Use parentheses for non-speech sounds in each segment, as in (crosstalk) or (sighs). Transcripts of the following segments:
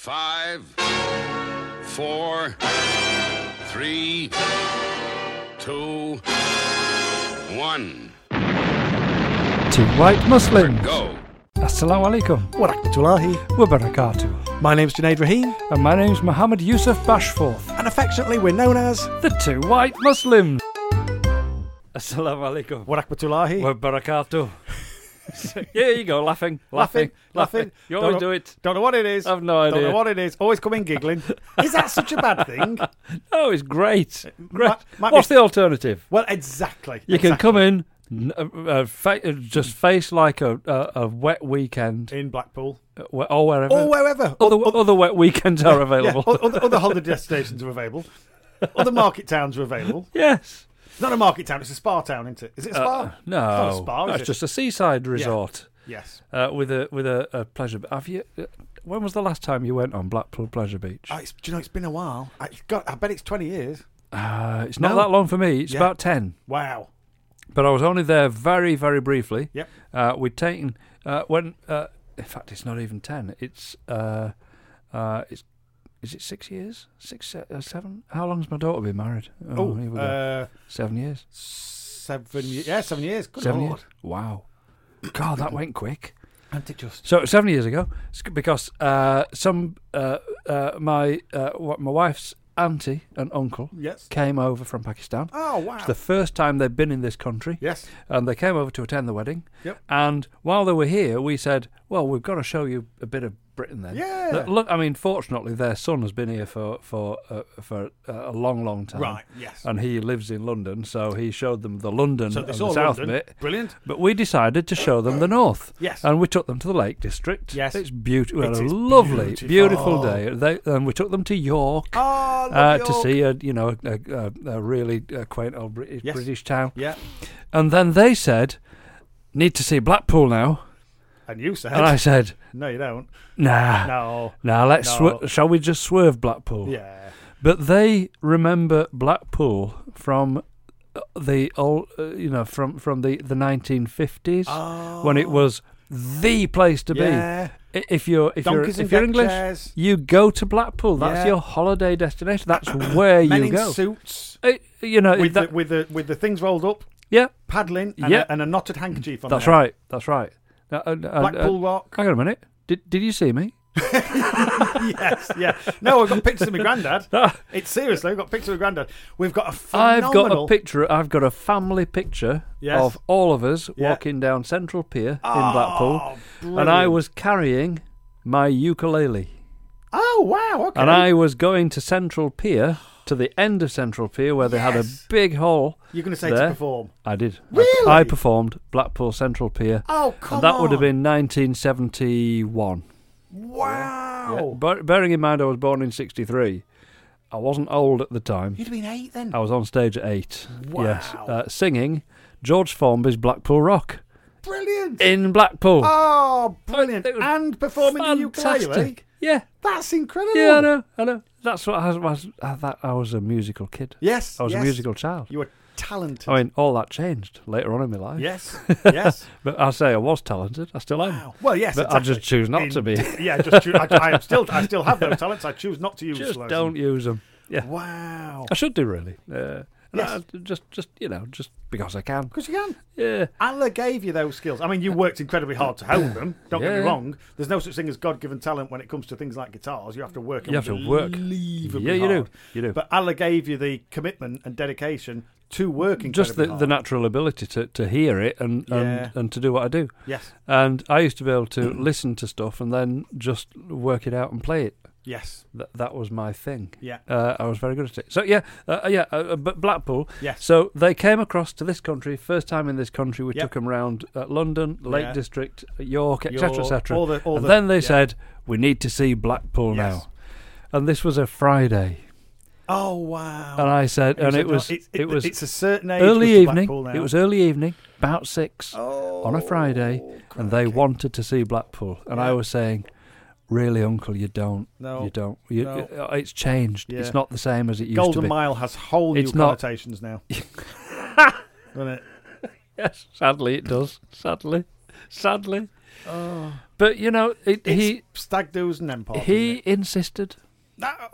Five, four, three, two, one. Two white Muslims. Go. Assalamu alaikum Warakmatullahi. wa barakatuh. My name's Junaid Rahim, And my name's Mohammed Yusuf Bashforth, and affectionately we're known as the two white Muslims. Assalamu alaikum Warakmatullahi. wa barakatuh. (laughs) Here you go, laughing, laughing, laughing. You Don't always know- do it. Don't know what it is. I've no Don't idea. know what it is. Always come in giggling. is that such a bad thing? Oh, it's great. Great. might- might What's be- the alternative? Well, exactly. You can exactly. come in, n- uh, uh, fa- uh, just face like a, a, a wet weekend in Blackpool uh, wh- or wherever. or wherever. other, Oth- other wet weekends are Oh, (laughs) yeah, oh. available. oth- other, other holiday destinations are available. Other market towns are available. Yes. It's not a market town. It's a spa town, isn't it? Is it a spa? Uh, no, not a spa, is that's it? just a seaside resort yes. uh, with a with a, a pleasure. b- Have you? uh, When was the last time you went on Blackpool Pleasure Beach? Oh, it's, do you know it's been a while? I, it's got, I bet it's twenty years. uh, it's not no. that long for me. It's Yeah. about ten. Wow. But I was only there very very briefly. Yep. Uh, we'd taken uh, when. Uh, in fact, it's not even ten. It's uh, uh, it's. Is it six years? Six, se- uh, seven? How long's my daughter been married? Oh, here we go. uh, seven years. seven. ye- Yeah, seven years. Good seven lord. years. Wow. God, that went quick. And it just So seven years ago, s- because uh, some uh, uh, my uh, wa- my wife's auntie and uncle yes. came over from Pakistan. Oh wow. It's the first time they've been in this country, yes. and they came over to attend the wedding. Yep. And while they were here, we said, "Well, we've got to show you a bit of Britain." Then, Yeah. Look- Look, I mean, fortunately, their son has been here for for uh, for uh, a long, long time. Right. Yes. And he lives in London, so he showed them the London so and they the saw south London. bit. Brilliant. But we decided to show them the north. Yes. And we took them to the Lake District. Yes. It's beautiful. It a is lovely, beautiful, beautiful. day. They, and we took them to York. Oh, Uh, love to York. see a you know a, a, a really uh, quaint old British, Yes. British town, Yeah. and then they said, "Need to see Blackpool now," And you said. and I Oh. said, no, you don't. "Nah, nah, No. let's No. swer- shall we just swerve Blackpool?" Yeah. But they remember Blackpool from uh, the old, uh, you know, from from the the nineteen fifties Oh. when it was the place to yeah. be. I- Ah, If you're if Donkeys you're and if you're deck English, chairs. you go to Blackpool. That's Yeah. your holiday destination. That's where Men you in go. suits. It- you know With, that- the, with the with the things rolled up, yeah, paddling, and, Yeah. a, and a knotted handkerchief on. that's their head. right. That's right. Uh, uh, uh, Blackpool uh, (laughs) Rock. hang on a minute. Did did you see me? yes. Yeah. No, I've got pictures of my (laughs) granddad. it's seriously, I've got pictures of my granddad. We've got a phenomenal. Ah. I've got a picture. I've got a family picture Yes. of all of us Yeah. walking down Central Pier in Oh, Blackpool, and I brilliant. was carrying my ukulele. Oh wow. Okay. And I was going to Central Pier, to the end of Central Pier, where they had a Yes. big hall. You're going to say there. to perform. I did. I- Really? I, performed Blackpool Central Pier. Oh come and that would have on. been 1971. Wow. Bear- bearing in mind I was born in 63, I wasn't old at the time. You'd have been eight then. I was on stage at eight. Yes. Wow. Uh, singing George Formby's Blackpool Rock Brilliant. in Blackpool. Oh, brilliant. It was and performing the ukulele. Fantastic. Yeah. That's incredible. Yeah, I know. I know. That's what I was. I, that, I was a musical kid. Yes. I was yes. a musical Oh, child. You were talented. I mean, all that changed later on in my life. (laughs) yes. Yes. But I say I was talented. I still am. Wow. Well, yes. But I just choose not to be. Indeed. Yeah, just choo- I, I am still. I still have those talents. I choose not to (laughs) use Just those. don't use them. Yeah. Wow. I should do really. Uh, and Yes. I- just, just you know, just because I can. Because you can. Yeah. Allah gave you those skills. I mean, you worked incredibly hard to hone (clears throat) them. Don't get Yeah. me wrong. There's no such thing as God-given talent when it comes to things like guitars. You have to work. You have to work. unbelievably Yeah, you do. hard. You do. But Allah gave you the commitment and dedication to working. just the, the natural ability to, to hear it and, Yeah. and, and to do what I do. yes, And I used to be able to (clears throat) listen to stuff and then just work it out and play it. yes, That, that was my thing. yeah, Uh, I was very good at it. So yeah, uh, yeah. Uh, uh, but Blackpool. yes. So they came across to this country first time in this country. We Yep. took them round uh, London, Lake Yeah. District, York, Your- etc., etc. all the- all And the- then they yeah. said, "We need to see Blackpool Yes. now." And this was a Friday, Oh wow! and I said, You and said, it no, was it, was it's a certain age. early Mr. evening. Blackpool now. It was early evening, about six oh, on a Friday, and they crikey. wanted to see Blackpool, and I Yeah. was saying, "Really, Uncle, you don't, No, you don't. You, no. uh, It's changed. Yeah. It's not the same as it used to Golden be." Mile has whole new It's not- connotations (laughs) now. Doesn't it? Yes, sadly it does. Sadly, sadly. Oh. But you know, it, It's he stag do's and empire. he insisted.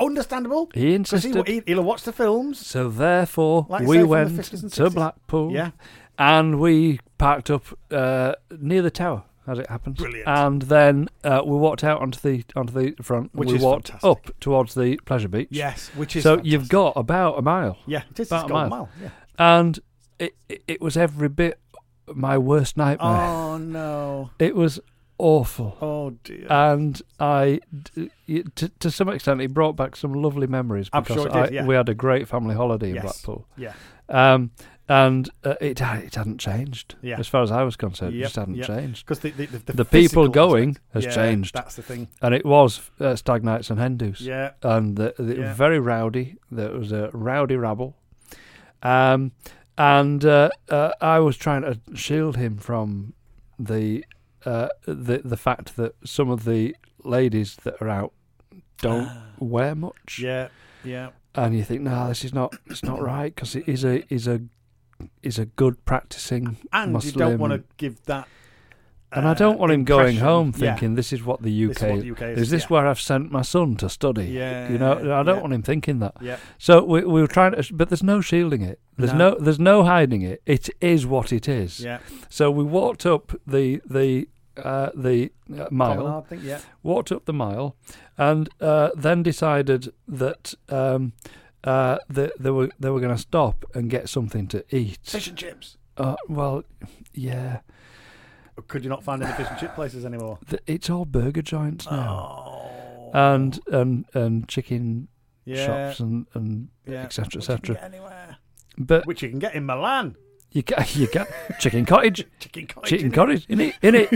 understandable. He 'Cause he, insisted. he, he'll watch the films. So therefore, Like I say, we from the went 50s and to 60s. Blackpool. Yeah. and we parked up uh, near the tower, as it happens. Brilliant. And then uh, we walked out onto the onto the front. Which we is walked fantastic. up towards the pleasure beach. Yes, which So is you've fantastic. got about a mile, yeah, it is it's about a got mile. a mile. Yeah. and it it, it was every bit my worst nightmare. Oh no! It was awful. Oh dear! And I, d- y- to, to some extent, it brought back some lovely memories I'm because sure it I- did, yeah. we had a great family holiday in Yes. Blackpool. yeah, Um, and uh, it it hadn't changed Yeah. as far as I was concerned. It Yep, just hadn't yep. changed, because the the, the, The people physical going aspect- has Yeah, changed. That's the thing. and it was uh, stag nights and Hindus, Yeah, and the, the Yeah. very rowdy. There was a rowdy rabble, um, and uh, uh, I was trying to shield him from the uh, the the fact that some of the ladies that are out don't wear much, Ah. yeah, yeah. and you think, no, this is not it's not right because it is a is a is a good practicing And you Muslim don't want to give that. And I don't uh, want him going impression- home Yeah, thinking this is what the UK this is is. what the UK is. this yeah. where I've sent my son to study? Yeah, You know, I don't yeah. want him thinking that. Yeah, So we, we were trying to, but there's no shielding it. There's no. No. there's no hiding it. It is what it is. yeah. So we walked up the the uh, the uh, mile, Promenade thing, Yeah, walked up the mile, and uh, then decided that um, uh, that they were they were going to stop and get something to eat. fish and chips. Uh, well, yeah, Could you not find any fish and chip places anymore? Th it's all burger joints now. Oh. and and and chicken yeah, shops and and yeah. etc Which you can etc. get anywhere. But Which you can get in Milan. (laughs) you can (laughs) you can chicken cottage, Chicken cottage. chicken innit? cottage in it in (coughs) it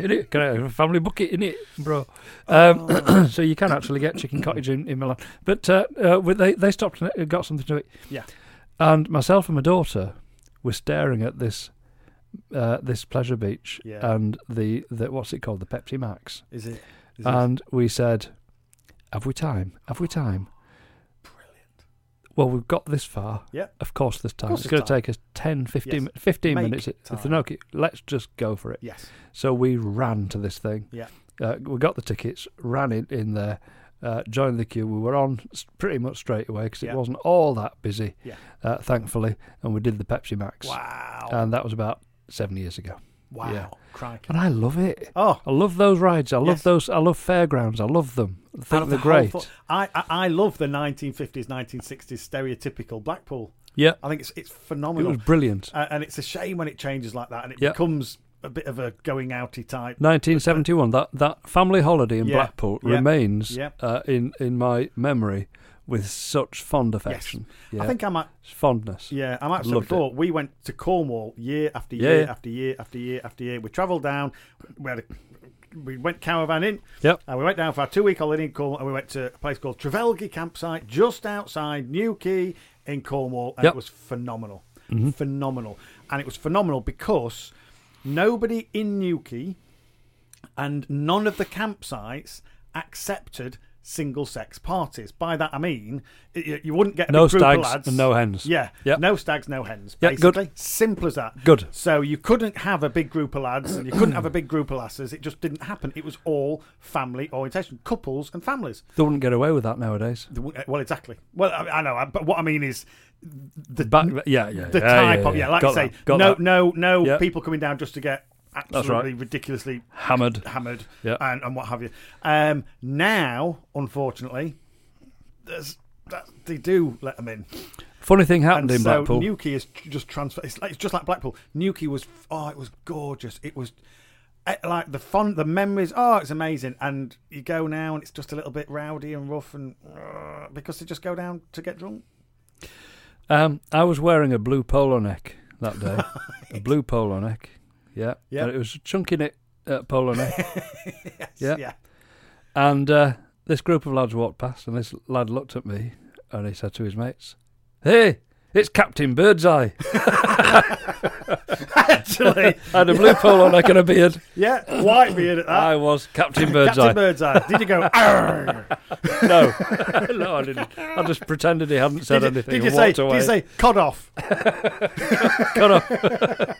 in it. Can I have a family bucket in it, bro? Um, Oh. (coughs) so you can actually get chicken cottage in, in Milan. But uh, uh, with- they they stopped and uh, got something to eat. Yeah. and myself and my daughter were staring at this. Uh, this pleasure beach Yeah. and the, the what's it called the Pepsi Max Is it? Is Oh. it and we said, "Have we time? Have we time?" brilliant? Well, we've got this far. Yeah. Of course, this time. course It's there's going to time. take us 10, 15, Yes. 15 Make minutes. If they time. knock it, let's just go for it. Yes. So we ran to this thing. Yeah. Uh, we got the tickets, ran in, in there, uh, joined the queue. We were on s- pretty much straight away because it Yeah. wasn't all that busy, Yeah. uh, thankfully. And we did the Pepsi Max. Wow. And that was about seven years ago. wow. yeah. Crikey. And I love it. Oh, I love those rides. I love Yes. those. I love fairgrounds. I love them. I out think of they're the whole great. fo- I, I I love the 1950s, 1960s stereotypical Blackpool. yeah. I think it's it's It phenomenal, was brilliant. A- and it's a shame when it changes like that, and it Yeah. becomes a bit of a going outy type. 1971. That that family holiday in Yeah, Blackpool yeah, remains yeah. Uh, in in my memory with such fond affection. I think I might. fondness. Yeah, I might say Loved it. before we went to Cornwall year after Yeah, year yeah. after year after year after year. We travelled down. We had a, we went caravan in. Yep. And we went down for our two week holiday in Cornwall and we went to a place called Trevelgy Campsite just outside Newquay in Cornwall. And Yep. Mm-hmm. it was phenomenal. Phenomenal. And it was phenomenal because nobody in Newquay and none of the campsites accepted single sex parties. By that I mean it, you- you wouldn't get a No big group of stags lads. and no hens. Yeah. Yep. No stags, no hens. Yeah, good. Basically. Simple as that. Good. So you couldn't have a big group of lads and you couldn't have a big group of lasses. It just didn't happen. It was all family orientation, couples and families. They wouldn't get away with that nowadays. The- Well, exactly. Well, I, I know, but what I mean is the Back, yeah, yeah, the yeah, type yeah, of yeah, yeah. like Got I say, that, got no, that. no, no, Yeah. people coming down just to get absolutely ridiculously hammered. hammered Yeah. and, and what have you. Um, now, unfortunately, there's that, they do let them in. Funny thing happened in so Blackpool. Newquay is tr- just transfer. It's, like, it's just like Blackpool. Newquay was oh, it was gorgeous. It was eh, like the fun, the memories. Oh, it's amazing. And you go now, and it's just a little bit rowdy and rough, and uh, because they just go down to get drunk. um, I was wearing a blue polo neck that (laughs) day. a blue polo neck. Yeah. Yeah. And it was a chunky knit uh, polo neck. (laughs) Yeah. yeah. (laughs) and uh, this group of lads walked past, and this lad looked at me, and he said to his mates, "Hey, it's Captain Birdseye." (laughs) Actually, I had a blue polo neck and a (laughs) beard. yeah, white beard at that. I was Captain Birdseye. Ah. Captain Birdseye. Did (laughs) you go? "Arr"? (laughs) no, (laughs) no, I didn't. I just pretended he hadn't said did you, anything. did you and say? walked Did away. you say cod off? Cut off.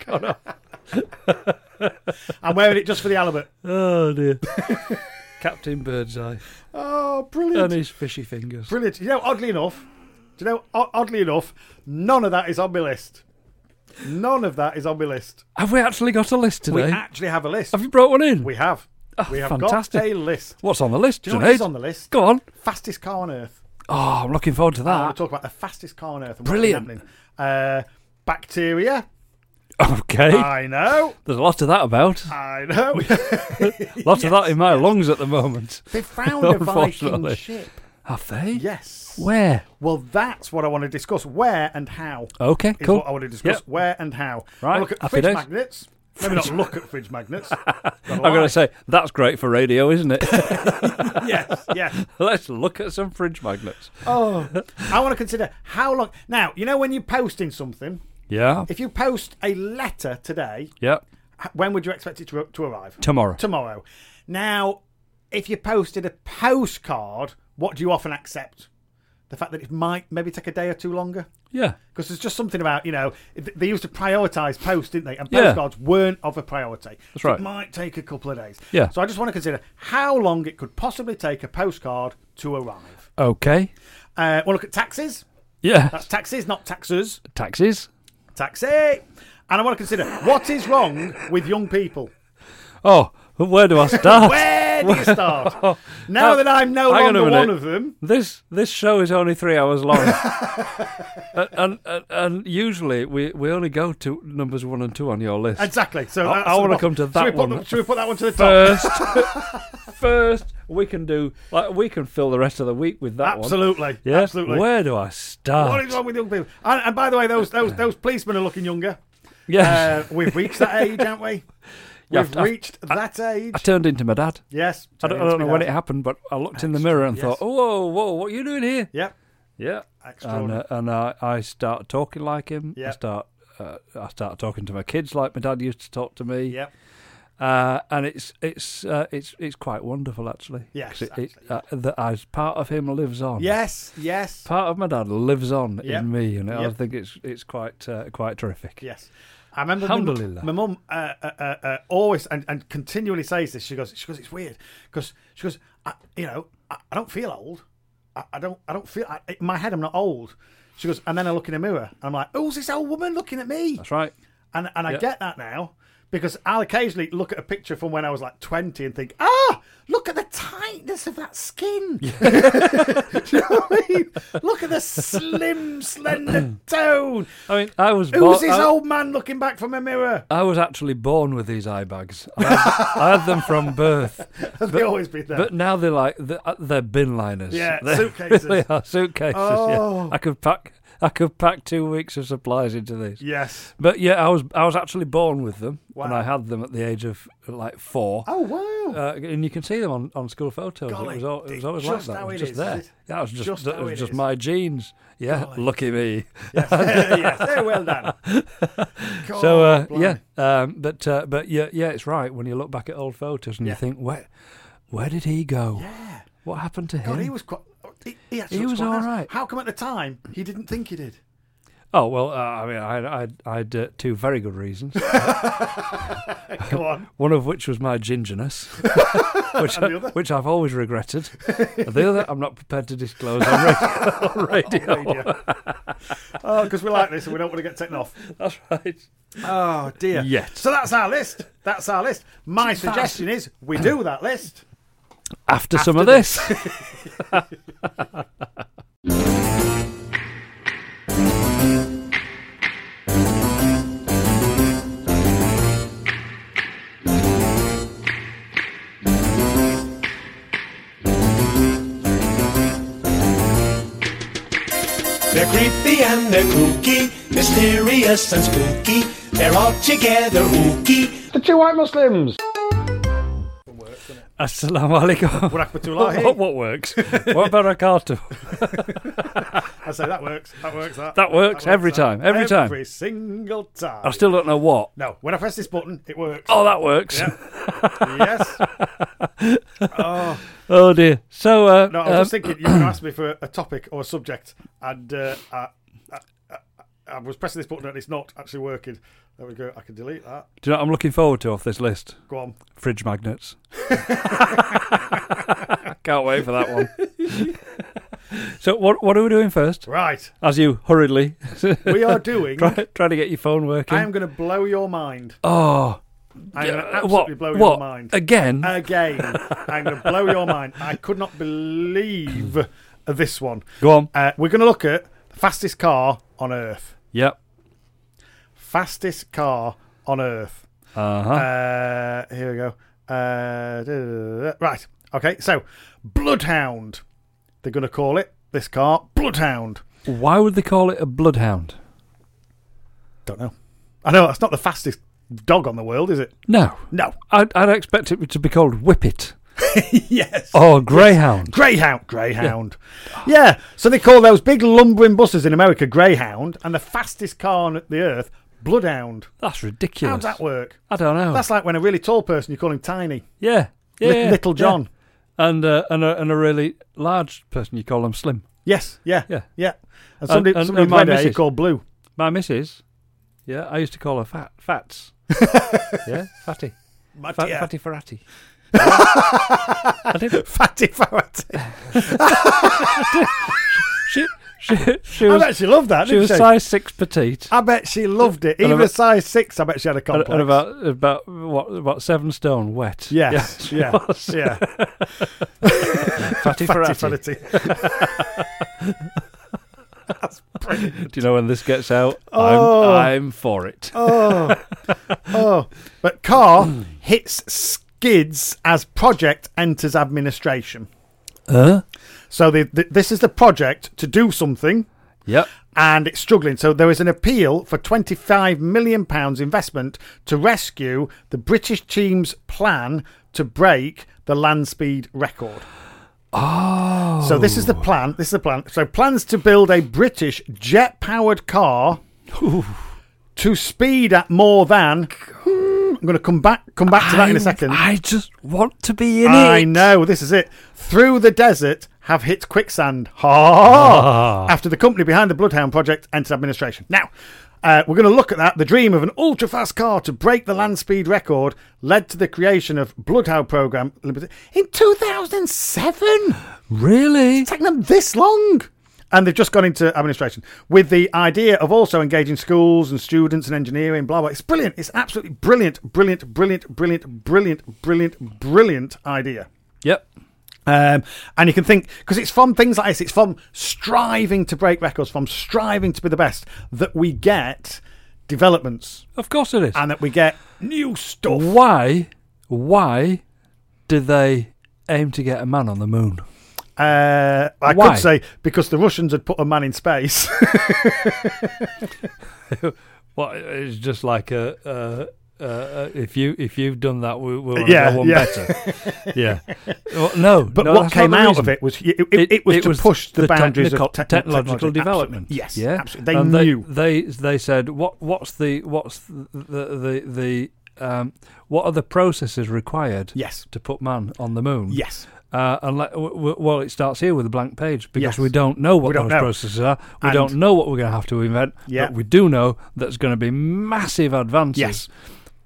Cut off. I'm wearing it just for the Albert. Oh (laughs) dear. Captain Birdseye Oh, and brilliant. his fishy fingers. Brilliant. You know, oddly enough, do you know, o- oddly enough, none of that is on my list. None of that is on my list. Have we actually got a list We today? actually have a list. Have you brought one in? Oh, We have. we have fantastic. got a list. What's on the list, Do you know what's Junaid? on the list? Go on. Fastest car on earth. Oh, I'm looking forward to I want that. to talk about the fastest car on earth. And Brilliant. What's been happening. Uh, bacteria. Uh, Okay. I know. There's a lot of that (laughs) about. (laughs) I know. Lots of that in my lungs at the moment. they found a Viking Unfortunately. ship. Have they? Yes. Where? Well, that's what I want to discuss. Where and how Okay, is cool. what I want to discuss. Yep. Where and how. Right, I'll look at happy fridge days. magnets. Maybe not look at (laughs) fridge magnets. I'm I'm going to say, that's great for radio, isn't it? (laughs) (laughs) yes, yes. Let's look at some fridge magnets. Oh, I want to consider how long. Now, you know when you're posting something, Yeah. if you post a letter today, Yeah. h- when would you expect it to, to arrive? Tomorrow. tomorrow. Now, if you posted a postcard, what do you often accept? The fact that it might maybe take a day or two longer? yeah. Because there's just something about, you know, th- they used to prioritise posts, didn't they? And Yeah. postcards weren't of a priority. That's right. It might take a couple of days. Yeah. So I just want to consider how long it could possibly take a postcard to arrive. Okay. Uh, we'll look at taxes. Yeah. That's taxes, not taxes. Taxis. Taxi. And I want to consider what is wrong with young people? Oh, where do I start? (laughs) Where do you (laughs) start? now that I'm no Oh. Hang on a longer minute. one of them, This this show is only three hours long, (laughs) and, and, and and usually we, we only go to numbers one and two on your list. exactly. So I- that's I the wanna come bottom. to that should we put one. the- should we put that one to the top? First, (laughs) first we can do like we can fill the rest of the week with that one. Absolutely. Yeah? Absolutely. Where do I What start? is wrong with young people? And, and by the way, those those those policemen are (laughs) looking younger. yes, Uh, we've reached that age, haven't we? (laughs) Yeah, We've I've- I've- reached that age. I turned into my dad. yes. I don't, I don't know when it happened, but I looked in the mirror and thought, "Whoa, whoa, what are you doing here?" Yep. Yeah, and Extraordinary. uh, and I, I start talking like him. I Yeah. start uh, I start talking to my kids like my dad used to talk to me. Yep. uh, and it's it's uh, it's it's quite wonderful actually. Yes, 'Cause it, it, uh, that as part of him lives on. Yes. Yes. part of my dad lives on Yep. in me, and I Yep. think it's it's quite uh, quite terrific. Yes. I remember my mu- Alhamdulillah. my mum uh, uh, uh, uh, always and, and continually says this. She goes, she goes, it's weird because she goes, I, you know, I, I don't feel old. I, I don't, I don't feel. I, in my head, I'm not old. She goes, and then I look in the mirror. And I'm like, who's this old woman looking at me? That's right. And and I get that now because I'll occasionally look at a picture from when I was like 20 and think, ah, look at the tightness of that skin. (laughs) Do you know what I mean? Look at the (clears throat) slim, slender toe. I mean, I was Who's born. this I, old man looking back from a mirror? (laughs) I was actually born with these eye bags. I had, I had them from birth, they always be there. but now they're like they're, they're bin liners. Yeah, They suitcases. really are suitcases. Oh. Yeah, I could pack I could pack two weeks of supplies into these. yes. But yeah, I was I was actually born with them, and Wow. I had them at the age of like four. Oh wow. uh, and you can see them on, on school photos. Golly, it was, all, it was always like just that. It how was it just is, there. is it? Yeah, it was just, Just that how was it just is. my jeans. Yeah, lucky me. (laughs) yes. (laughs) eh, Well done. (laughs) so uh, yeah, God, Oh, blimey. um, but uh, but yeah, yeah, it's right. When you look back at old photos and you Yeah. think, where where did he go? What happened to God, him? he was quite. He, he, actually He was looks quite all nice. right. How come at the time he didn't think (laughs) he did? oh well, uh, I mean, I I I had uh, two very good reasons. Go on. One of which was my (laughs) gingerness, which I, the other? which I've always (laughs) regretted. the other, I'm not prepared to disclose on radio. (laughs) on (laughs) radio. Radio. (laughs) oh, because we like this and we don't want to get taken off. That's right. Oh dear. Yet. So that's our list. That's our list. My suggestion is we do that list. After, some of After this. They're creepy and they're kooky, mysterious and spooky. They're all together ooky. (laughs) Assalamu alaikum. What, Barakmatullahi. what works? what barakatuh? I say that works. That works. That, That works every time, every time. Every single time. I still don't know what. No, when I press this button, it works. Oh, that works. (laughs) Yes. Oh dear. So, uh, No, I was um, just thinking you were going to ask me for a topic or a subject, and uh, I, I, I- I was pressing this button and it's not actually working. There we go. I can delete that. Do you know what I'm looking forward to off this list? Go on. Fridge (laughs) magnets. (laughs) Can't wait for that one. (laughs) so what what are we doing first? Right. As you hurriedly (laughs) We are doing. try, try to get your phone working. I am going to blow your mind. oh, I'm going uh, to absolutely what? blow what your mind. Uh, again? Again. I'm going to blow your mind. I could not believe this one. Go on. Uh, we're going to look at the fastest car on Earth. Yep. Fastest car on Earth. Uh-huh. Uh, here we go. Uh, da- da- da- da. right. Okay. So, Bloodhound. They're going to call it this car Bloodhound. Why would they call it a bloodhound? Don't know. I know that's not the fastest dog on the world, is it? No. No. (laughs) I'd, I'd expect it to be called whippet yes. or Oh, greyhound. Greyhound. Greyhound. Yeah. So they call those big lumbering buses in America Greyhound, and the fastest car on the earth Bloodhound. (laughs) That's How'd ridiculous. that work? I don't know. That's like when a really tall person you call him tiny. yeah. Oh. Yeah, Lit- yeah, Little yeah. John. and uh, and a, and a really large person. You call them slim. Yes. Yeah. Yeah. Yeah. And somebody, and- somebody and the my other day missus. called Blue. My missus, yeah, I used to call her fat (laughs) fats. yeah, fatty, Fat, Mattia. fatty ferrati. I did. (laughs) Fatty Farati. She she she I was bet she loved that, she didn't was she? size six petite. I bet she loved it. And Even about- a size six, I bet she had a And, complex. and about about what about seven stone wet. yes, (laughs) she yeah, was. yeah. fatty Fatty ferrati. Farati. Do you know when this gets out? Oh. I'm I'm for it. Oh, oh. But car hits skids as project enters administration. Huh? So the, the, this is the project to do something, Yep. and it's struggling. So there is an appeal for twenty-five million pounds investment to rescue the British team's plan to break the land speed record. Oh. So this is the plan. This is the plan. So plans to build a British jet-powered car to speed at more than. I'm going to come back. Come back to that in a second. I, I just want to be in it. know this is it. Through the desert, have hit quicksand. Ha! After the company behind the Bloodhound project entered administration. Now. Uh, we're going to look at that. The dream of an ultra fast car to break the land speed record led to the creation of Bloodhound Program Limited in 2007 Really? taken them this long. And they've just gone into administration with the idea of also engaging schools and students and engineering, blah, blah. It's brilliant. It's absolutely brilliant, brilliant, brilliant, brilliant, brilliant, brilliant, brilliant idea. Yep. Um, and you can think, because it's from things like this, it's from striving to break records, from striving to be the best, that we get developments Of course it is. and that we get new stuff. why why did they aim to get a man on the moon? Uh, I Why? could say because the Russians had put a man in space. (laughs) Well, it's just like a. Uh, uh, if you if you've done that, we, we'll have Yeah, done one yeah. better. (laughs) yeah. Well, no, But what came out of it was it, it, it was to push the, boundaries of techni- technological technology. development. Absolutely. Yes, yeah. absolutely. They And knew. They, they said what what's the what's the the the, the um, what are the processes required? Yes. To put man on the moon. Yes. Uh, and let, w- w- well, it starts here with a blank page because Yes. we don't know what We don't those know. processes are. We And- don't know what we're going to have to invent. Yeah. But we do know there's going to be massive advances Yes.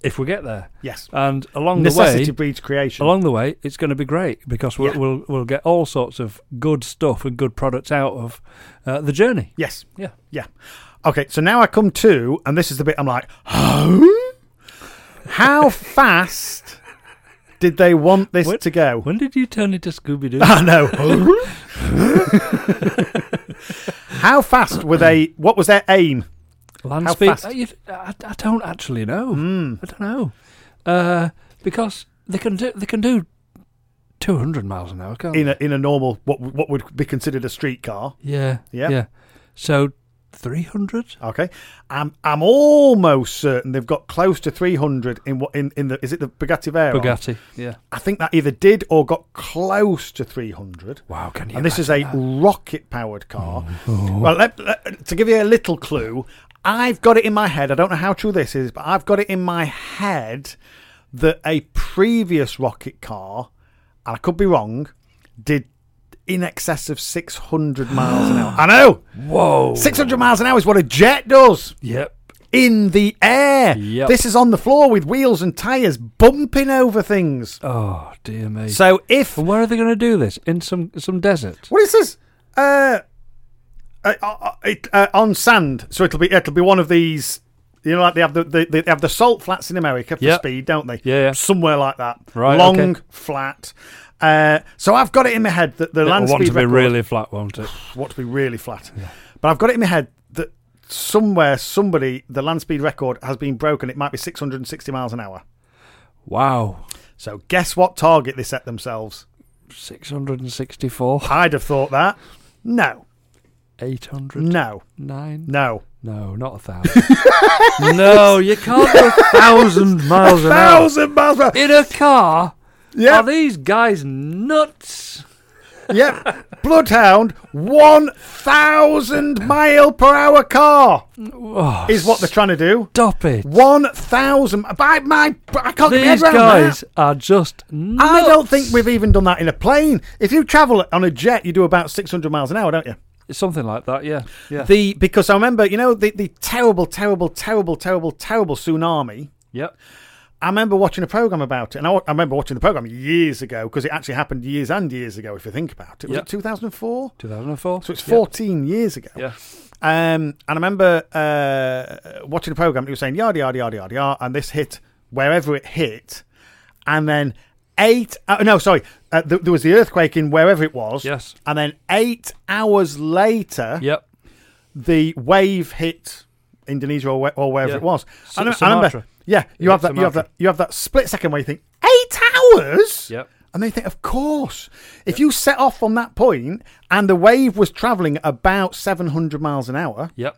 if we get there. Yes. And along Necessity the way, breeds creation. along the way, it's going to be great because we'll Yeah. we'll, we'll get all sorts of good stuff and good products out of uh, the journey. yes. Yeah. Yeah. Okay, so now I come to, and this is the bit I'm like, huh? How fast did they want this When- to go? When did you turn into Scooby Doo? (laughs) I know. How fast were they? What was their aim? Land How speed? fast? I, uh, you- I, I don't actually know. Hmm. I don't know uh, because they can do they can do two hundred miles an hour, can't In they? a, in a normal, what what would be considered a street car? yeah, Yeah. yeah. So three hundred. Okay, I'm I'm almost certain they've got close to 300 in what in, in the is it the Bugatti Veyron? Bugatti. Yeah. I think that either did or got close to 300. Wow. Can you? And this is a rocket-powered car. Well, let, let- to give you a little clue, I've got it in my head. I don't know how true this is, but I've got it in my head that a previous rocket car, and I could be wrong, did in excess of 600 miles an hour. I know. Whoa. 600 miles an hour is what a jet does Yep. in the air. Yep. This is on the floor with wheels and tires bumping over things. Oh dear me. So if and where are they going to do this? In some some desert? what is this? Uh, uh, uh, it, uh, on sand. So it'll be it'll be one of these. You know, like they have the they, they have the salt flats in America for Yep. speed, don't they? Yeah, yeah. Somewhere like that. Right, Long, okay. flat. Uh, so I've got it in my head that the land It'll want speed to be record- really flat, won't it? want to be really flat. But I've got it in my head that somewhere, somebody, the land speed record has been broken. It might be 660 miles an hour. Wow. So guess what target they set themselves? 664, I'd have thought that. No, 800, no, nine? no. No, not a thousand. (laughs) no, you can't go a thousand miles an hour Thousand miles per hour. in a car. Are Yep, these guys nuts? yep. Bloodhound, 1,000 mile per hour car Oh, is what they're trying to do. stop it. 1,000. By my, I can't get my head These around that. guys are just nuts. I don't think we've even done that in a plane. If you travel on a jet, you do about 600 miles an hour, don't you? something like that. Yeah, yeah, The because I remember, you know, the, the terrible, terrible, terrible, terrible, terrible tsunami. yep. I remember watching a program about it, and I, wa- I remember watching the program years ago because it actually happened years and years ago. If you think about it, was Yep. it 2004? 2004. So it's Yep. 14 years ago. Yeah. Um, and I remember uh, watching a program. It was saying yada yada yada yada, yada, and this hit wherever it hit, and then eight. Uh, no, sorry, uh, th- there was the earthquake in wherever it was. Yes. and then eight hours later, Yep. the wave hit Indonesia or, whe- or wherever Yeah. it was. Su- Sumatra. yeah, hit you have that. You Sumatra. have that. You have that split second where you think eight hours. Yep. And they think, of course, if you set off from that point and the wave was traveling about 700 miles an hour, Yep.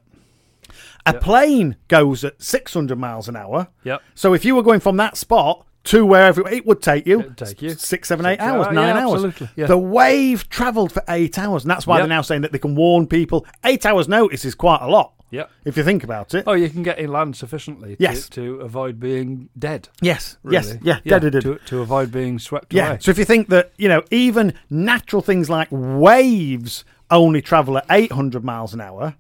a plane goes at 600 miles an hour. Yep. So if you were going from that spot to wherever it would take you, It'd take you. s- six, seven, eight Six, hours, uh, nine yeah, hours. absolutely, yeah. The wave travelled for eight hours, and that's why Yep. they're now saying that they can warn people. Eight hours notice is quite a lot. Yep. If you think about it. Oh, you can get inland sufficiently to, Yes. to avoid being dead. yes. Yes. really. Yeah. yeah. To, to avoid being swept Yeah. away. So if you think that, you know, even natural things like waves only travel at 800 miles an hour,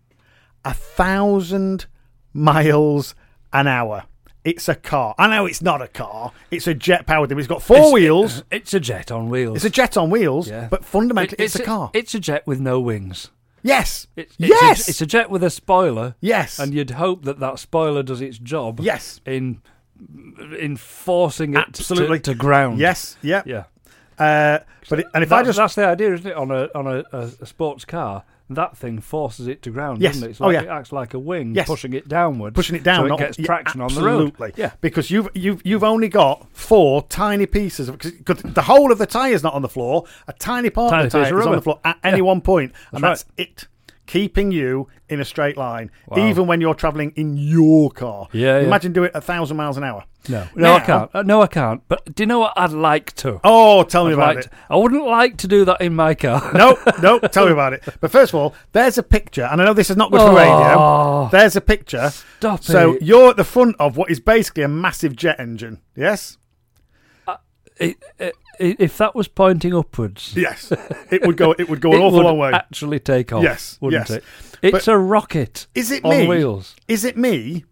a thousand miles an hour. It's a car. I know it's not a car. It's a jet powered thing. It's got four It's- wheels. It's a jet on wheels. it's a jet on wheels, Yeah. but fundamentally, It- it's, a car. It's a jet with no wings. yes. It's, it's yes. A, it's a jet with a spoiler. yes. And you'd hope that that spoiler does its job. Yes. In in forcing it to- Absolutely. to, ground. yes. Yeah. Yeah. Uh, but it, and if I That's, just that's the idea, isn't it? On a on a, a, a sports car, that thing forces it to ground, Yes. doesn't it? It's Oh, like, yeah. It acts like a wing, Yes. pushing it downward, pushing it down, so it not gets yeah, traction on the road. absolutely. Yeah. because you've you've you've only got four tiny pieces of because the whole of the tire's not on the floor. A tiny part Tiny of the tire piece is of on rubber. the floor at any one point, and That's that's it. Keeping you in a straight line, even when you're traveling in your car. Yeah, yeah. Imagine doing it a thousand miles an hour. No, no, I Now- can't. Uh, No, I can't. But do you know what? I'd like to. Oh, tell me I'd about like to- it. I wouldn't like to do that in my car. No, no, tell me about it. But first of all, there's a picture, and I know this is not good for radio. Oh. There's a picture. (laughs) Stop so it. you're at the front of what is basically a massive jet engine. Yes? It- it- if that was pointing upwards, Yes. (laughs) It would go it would go an it awful would long way. actually take off. Yes, wouldn't yes. it? It's a rocket. Is it on me? wheels? Is it me?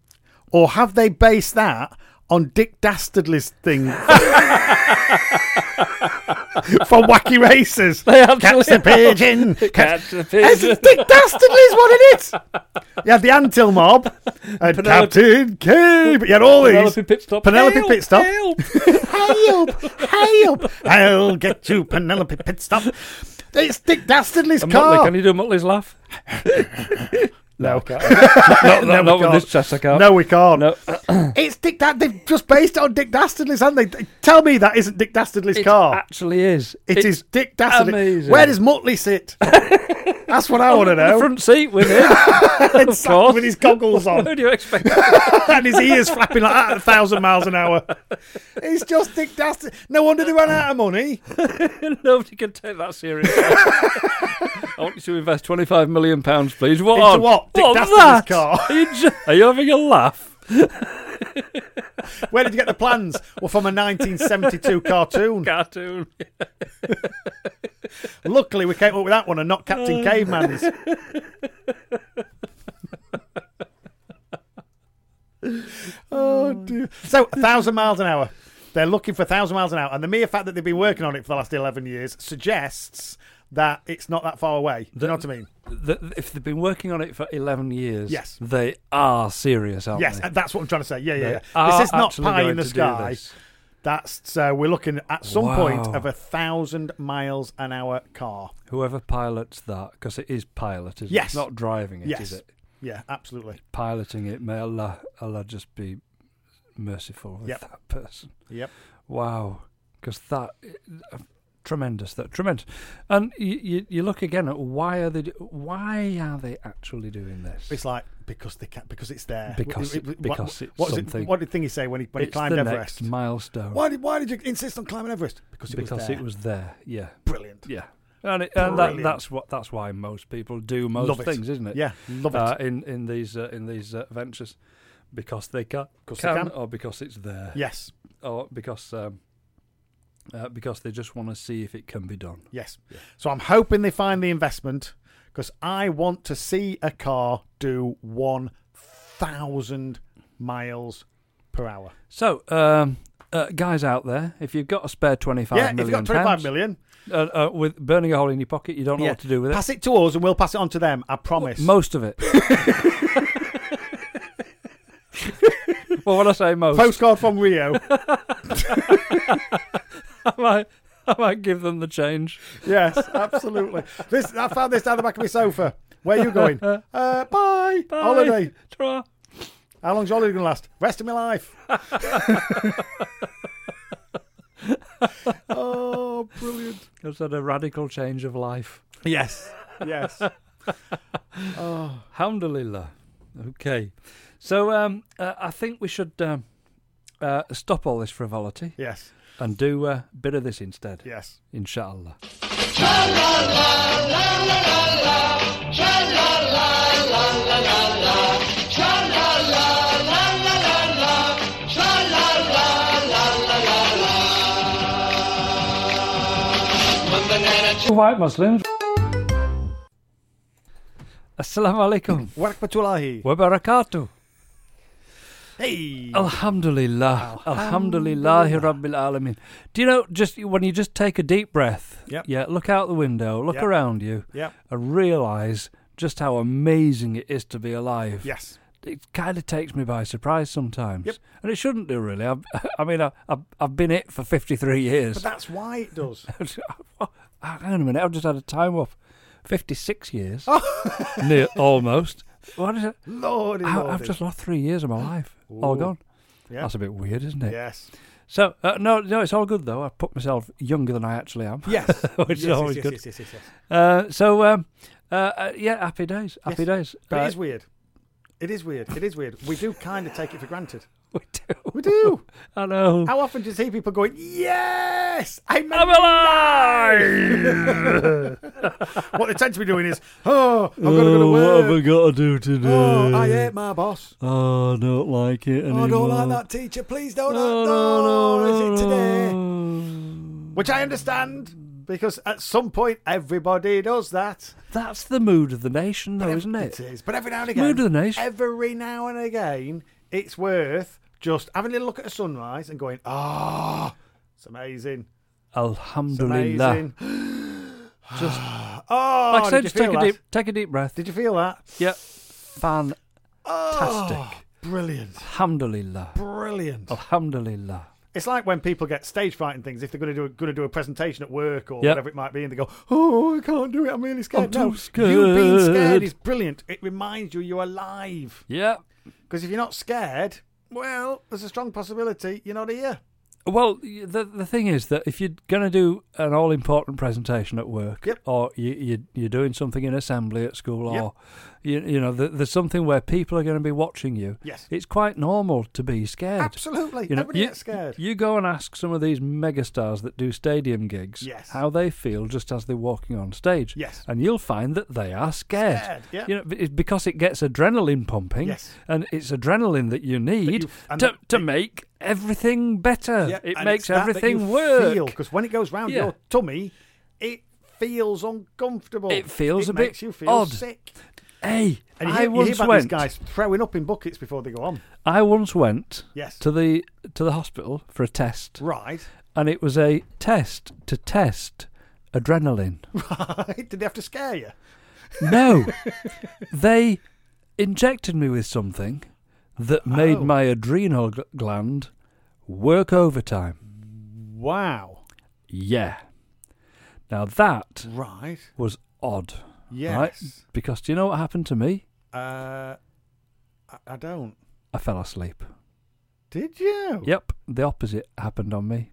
Or have they based that on Dick Dastardly's thing? (laughs) For wacky races. They (laughs) absolutely Catch the pigeon. Catch Catch the It's pigeon. Dick Dastardly's what it is. You had the Antil (laughs) Mob and Penelope- Captain K, but you had all Penelope these. Pitstop. Penelope Help, Pitstop. (laughs) help. help! Help! I'll get you, Penelope Pitstop. It's Dick Dastardly's Motley, car. can you do Motley's (laughs) laugh? no, Not, (laughs) not, we not with can't. this chest, I can't. no, we can't. No. (clears throat) It's Dick. Da- they've just based it on Dick Dastardly's, haven't they? Tell me that isn't Dick Dastardly's It car. actually is. it is Dick Dastardly. amazing. Where does (laughs) Motley sit? That's what I want to in the know. front seat with him. (laughs) (laughs) of Sat course. with his (laughs) goggles on. Who do you expect? (laughs) and his ears flapping like that at a thousand miles (laughs) an hour. It's just Dick Dastardly. No wonder they ran out of money. Nobody can take that (laughs) seriously. I want you to invest twenty-five million pounds, please. What? Into on? what? Dick What, Dastardly's that? car. Are you, ju- are you having a laugh? Where did you get the plans? Well, from a 1972 (laughs) cartoon. Cartoon. Luckily, we came up with that one and not Uh. Captain (laughs) Caveman's. oh dear. So, thousand miles an hour. They're looking for thousand miles an hour, and the mere fact that they've been working on it for the last eleven years suggests that it's not that far away. Do you know what I mean? Th- if they've been working on it for 11 years, Yes. they are serious, aren't Yes, they? and that's what I'm trying to say. Yeah, yeah, Oh, They yeah. are This is not actually pie going in the to do sky. this. That's so we're looking at some Wow. point of a thousand miles an hour car. Whoever pilots that, because it is pilot, isn't it? Yes. It's not driving it, is Yes. it? Yeah, absolutely. Piloting it, may Allah, Allah just be merciful with Yep. that person. Yep. Wow, because that uh, tremendous, that tremendous. And you, you, you look again at why are they do- why are they actually doing this? It's like because they can because it's there. Because It- it- it- because what, it's what, was something. It, what did thing he say when he when he It's climbed the Everest? next milestone. Why did why did you insist on climbing Everest? Because it was Because there. it was there. Yeah, brilliant. yeah. And, it, and that, Brilliant. that's what that's why most people do most Love it. things, isn't it? Yeah, love it. Uh, in in these uh, in these uh, ventures, because they can, Because they can, can. or because it's there, yes, or because um, uh, because they just want to see if it can be done. yes. So I'm hoping they find the investment because I want to see a car do one thousand miles per hour. So, um, uh, guys out there, if you've got a spare twenty-five yeah, million if you've got pounds, 25 million, uh, uh, with burning a hole in your pocket, you don't know yeah, what to do with it. pass it to us and we'll pass it on to them. I promise. Most of it. (laughs) well, when I say most, Postcard (laughs) from Rio. I might, I might give them the change. yes, absolutely. This I found this down the back of my sofa. Where are (laughs) you going? Uh, bye. Bye. Holiday. Ta-ra. How long's holiday going to last? Rest of (laughs) my life. oh, brilliant. It's had a radical change of life. Yes. Yes. Oh, Alhamdulillah. Okay. So um, uh, I think we should um, uh, stop all this frivolity yes. and do uh, a bit of this instead, Yes. inshallah. White Muslims. Assalamu alaikum Warakmatullahi. wa barakatuh. Hey. Alhamdulillah. Alhamdulillahi Rabbil Alameen. Do you know, just when you just take a deep breath, Yep. yeah, look out the window, look Yep. around you, Yep. and realise just how amazing it is to be alive. Yes. It kind of takes me by surprise sometimes. Yep. And it shouldn't do, really. I've, (laughs) I mean, I, I've, I've been it for 53 years. But that's why (laughs) it does. Hang on a minute, I've just had a time off. 56 years. Oh. Near, (laughs) almost. What is it? Lordy, I, I've lordy. just lost three years of my life. All Ooh. gone. Yeah. That's a bit weird, isn't it? Yes. So uh, no, no, it's all good though. I put myself younger than I actually (laughs) am. Yes. Which is yes, yes, always yes, good. Yes, yes, yes, yes. Uh, so um, uh, uh, yeah, happy days, happy days. But Uh, it is weird. It is weird. It is weird. We do kind of take it for granted. (laughs) we do. We (laughs) do. I know. Uh, How often do you see people going, Yes, I'm I'm alive. (laughs) What they tend to be doing is, Oh, I'm going to go to what have I work. got to do today? Oh, I hate my boss. Oh, I don't like it Oh, anymore. I don't like that teacher. Please don't. Oh, no, no, no, is it today? no. Which I understand because at some point everybody does that. That's the mood of the nation, though, isn't It it? is. But every now and again, Mood of the nation. every now and again, it's worth just having a look at a sunrise and going, Ah, it's amazing. It's Alhamdulillah. amazing. (gasps) Just (gasps) Oh, like I said, did just you feel take a that? deep, take a deep breath. Did you feel that? Yep. Fantastic. Oh, (sighs) brilliant. Alhamdulillah. Brilliant. Oh. Alhamdulillah. It's like when people get stage fright and things, if they're going to do a, going to do a presentation at work or Yep. whatever it might be, and they go, "Oh, I can't do it. I'm really scared." I'm no, too you being scared. scared is brilliant. It reminds you you're alive. Yeah. Because if you're not scared, well, there's a strong possibility you're not here. Well, y- the the thing is that if you're going to do an all important presentation at work, Yep. or you, you you're doing something in assembly at school, Yep. or you you know th there's something where people are going to be watching you. Yes. It's quite normal to be scared. Absolutely. You know, Everybody you, gets scared. You go and ask some of these megastars that do stadium gigs Yes. how they feel just as they're walking on stage. Yes. And you'll find that they are scared. Scared, yeah. You know, b- it's because it gets adrenaline pumping. Yes. And it's adrenaline that you need you- and to, that- to it- make everything better. Yeah, it and makes it's that that everything you work. Because when it goes round Yeah. your tummy, it feels uncomfortable. It feels it a bit makes you feel odd. sick. Hey, And you I hear, you hear once about went. these guys throwing up in buckets before they go on. I once went Yes. to the to the hospital for a test, Right. (laughs) and it was a test to test adrenaline. Did they have to scare you? No, they injected me with something that made Oh. my adrenal gl- gland work overtime. Wow. Yeah. Now that Right. was odd, right? Yes. Because do you know what happened to me? Uh, I, I don't. I fell asleep. Did you? Yep, the opposite happened on me.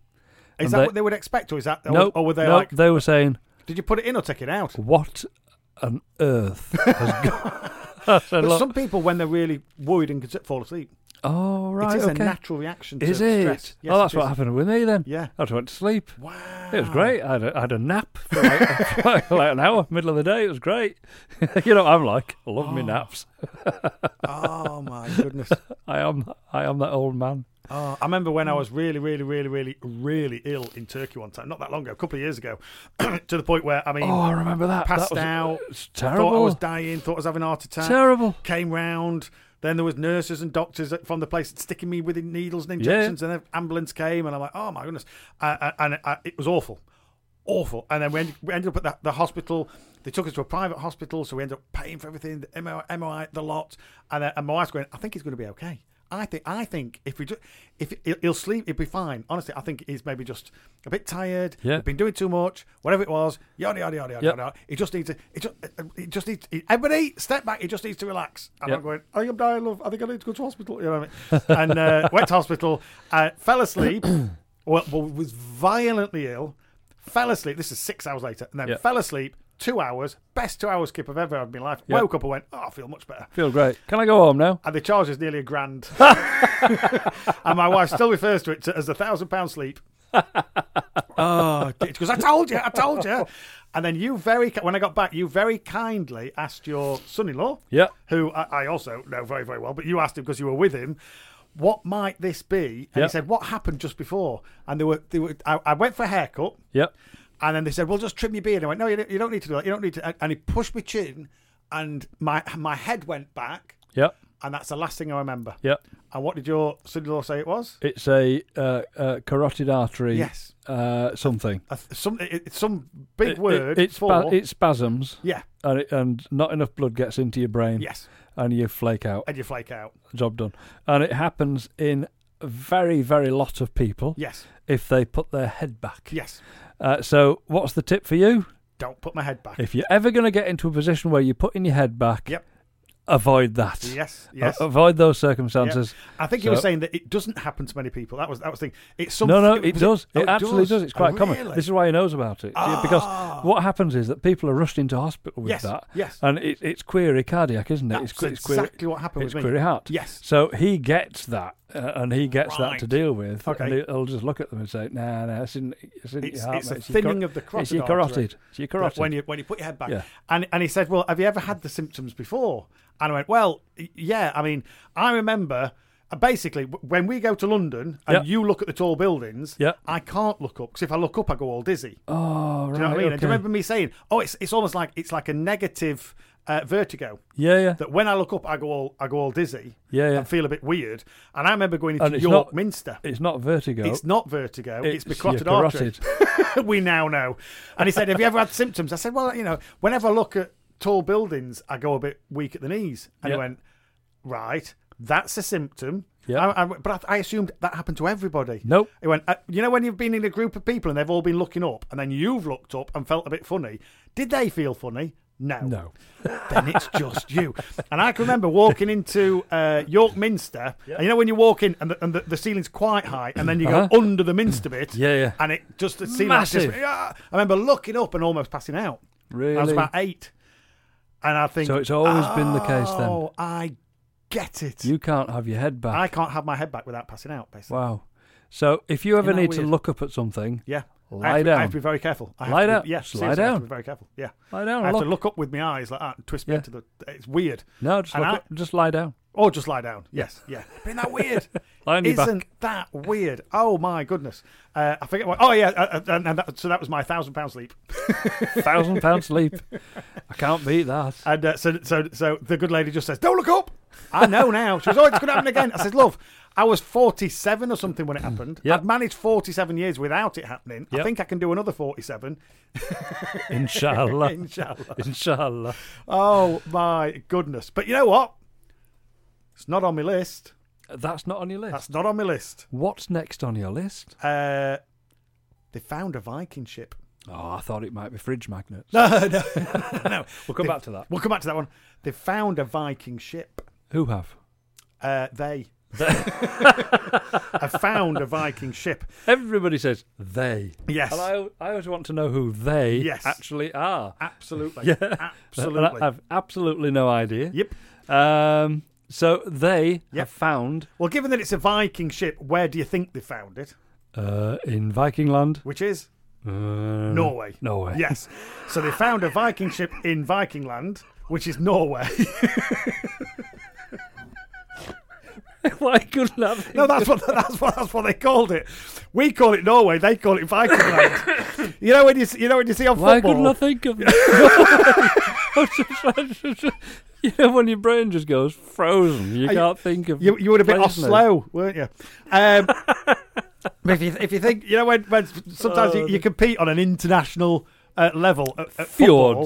And Is that they- what they would expect, or is that? or- No, Or were they no, like, they were saying, "Did you put it in or take it out?" "What on (laughs) earth has gone?" (laughs) I said, But "Look, some people, when they're really worried and can s- fall asleep, oh right, it is okay, a natural reaction. To is it? Stress. Yes, oh, that's it what is. happened with me then. Yeah. I just went to sleep. Wow. It was (laughs) great. I had a, I had a nap for like, (laughs) like an hour, middle of the day. It was great. (laughs) you know, what I'm like, I love my naps. Oh my goodness. I am, I am that old man. Oh, I remember when I was really, really, really, really, really ill in Turkey one time, not that long ago, a couple of years ago, (clears throat) to the point where I mean, Oh, I remember that. passed that was, out, It's thought I terrible. was dying, thought I was having a heart attack, terrible. came round. Then there was nurses and doctors at- from the place sticking me with needles and injections, and then ambulance came, and I'm like, oh my goodness, I, I, and I, it was awful, awful. And then we ended, we ended up at the, the hospital. They took us to a private hospital, so we ended up paying for everything, the MRI, MRI the lot. And, uh, and my wife's going, I think he's going to be okay. I think I think if we do, if he'll- he'll sleep, he'll be fine. Honestly, I think he's maybe just a bit tired. Yeah. He's been doing too much, whatever it was. Yada yada yada yada. Yep. yada. He just needs to. He just, uh, he just needs. He, everybody, step back. He just needs to relax. And Yep. I'm going. I am dying, love. I think I need to go to hospital. You know what I mean? and uh, (laughs) went to hospital. Uh, fell (clears throat) asleep. well, well, was violently ill. Fell asleep. This is six hours later, and then Yep. fell asleep. Two hours, best two hours skip I've ever had in my life. Yep. Woke up and went, oh, I feel much better. Feel great. Can I go home now? And they charge us nearly (laughs) a grand. (laughs) and my wife still refers to it to- as a thousand pound sleep. oh, because I told you, I told you. And then you very, ki- when I got back, you very kindly asked your son-in-law, (laughs) Yep. who I, I also know very, very well, but you asked him because you were with him, what might this be? And Yep. he said, what happened just before? And they were, they were I, I went for a haircut. Yep. And then they said, "Well, just trim your beard." I went, "No, you don't, you don't need to do that. You don't need to." And he pushed my chin, and my my head went back, Yep. and that's the last thing I remember. Yep. And what did your son-in-law say it was? It's a uh, uh, carotid artery. Yes. Uh, something. A th- Some it, it's some big It- it- word. it, for spa- it spasms, yeah, and, it, and not enough blood gets into your brain. yes, And you flake out. and you flake out. Job done. And it happens in a very, very lot of people Yes, if they put their head back. yes. Uh, so, what's the tip for you? Don't put my head back. If you're ever going to get into a position where you're putting your head back, Yep. avoid that. Yes, A- yes. avoid those circumstances. I think he was So- saying that it doesn't happen to many people. That was that was the thing. It's some no, no, was it does. oh, It, absolutely does. It's quite Oh, common. really? Ah. This is why he knows about it. Yeah, Because what happens is that people are rushed into hospital with Yes, that. yes. And it, it's query cardiac, isn't it? That's it's, que- it's query, exactly what happened it's with me. query heart. Yes. So he gets that, uh, and he gets that to Right. deal with. Okay. And he- he'll just look at them and say, "Nah, nah, it's in, it's in It's- your heart, it's mate. a your thinning of the It's your carotid artery. carotid. It's your that carotid. when you when you put your head back. Yeah. And and he said, "Well, have you ever had the symptoms before?" And I went, "Well, y- yeah. I mean, I remember." uh, Basically, w- when we go to London and Yeah. you look at the tall buildings, Yeah. I can't look up because if I look up, I go all dizzy. oh, right. Do you know what I mean? And okay. do you remember me saying, "Oh, it's it's almost like it's like a negative uh, vertigo." Yeah, yeah. That when I look up, I go all I go all dizzy. Yeah, yeah. And feel a bit weird. And I remember going And into it's York not- Minster. It's not vertigo. It's not vertigo. It's, It's the your carotid artery. (laughs) we now know. And he said, "Have you ever had symptoms?" I said, "Well, you know, whenever I look at tall buildings, I go a bit weak at the knees." And Yeah. he went, "Right, that's a symptom." Yeah. I, I- but I, I assumed that happened to everybody. Nope. He went, uh, "You know, when you've been in a group of people and they've all been looking up, and then you've looked up and felt a bit funny. Did they feel funny?" No. No. (laughs) then it's just you. And I can remember walking into uh, York Minster. And you know when you walk in and the, and the, the ceiling's quite high, and then you Uh-huh. go under the Minster bit. Yeah, yeah. And it just the ceiling. was Just, Massive. yeah. I remember looking up and almost passing out. I was Really? about eight, and I think. So it's always been the case then. Oh, I get it. You can't have your head back. I can't have my head back without passing out. Basically, Wow. So if you ever Isn't that need to weird? look up at something, yeah. I Lie have to- down. I have to be very careful. I have Lie to be- down. Yeah, Just seriously, lie I have down. to be very careful. Yeah. Lie down, I have to look. look up with my eyes like that and twist Yeah. me into the. It's weird. no, just And look I- up, just lie down. (laughs) Or just lie down. Yes. Yeah. Isn't that weird? Lie on your back. Isn't that weird? Oh my goodness! Uh, I forget what. Oh yeah, uh, uh, and, and that, so that was my thousand pound sleep. thousand pound (laughs) sleep. I can't beat that. And uh, so, so, so the good lady just says, "Don't look up." I know now. She was, "Oh, it's going to happen again." I said, "Love, I was 47 or something when it happened. Yep. I'd managed 47 years without it happening. I Yep. think I can do another 47, (laughs) Inshallah. inshallah." Inshallah. oh my goodness! But you know what? It's not on my list. That's not on your list. That's not on my list. What's next on your list? Uh, they found a Viking ship. (laughs) Oh, I thought it might be fridge magnets. No, no, no. We'll come They- back to that. We'll come back to that one. They found a Viking ship. Who have? Uh, (laughs) they. I found a Viking ship. Everybody says they. Yes. And I, I always want to know who they Yes. actually are. Absolutely. Yeah. (laughs) Absolutely. I've absolutely no idea. Yep. Um, so they Yep. have found Well, given that it's a Viking ship, where do you think they found it? uh, in Viking land. Which is Uh, Norway. Norway. Yes. So they found a Viking ship in Viking land, which is Norway. (laughs) Why couldn't that be? no, that's what that's what that's what they called it. We call it Norway. They call it Viking land. You know when you see- you know when you see on Why couldn't I football. think (laughs) of (laughs) that? you know, when your brain just goes frozen, you you- can't think of. You, you were a bit off places. slow, weren't you? (laughs) Um, but if you if you think you know when, when sometimes you, Uh, you compete on an international uh, level at, at football-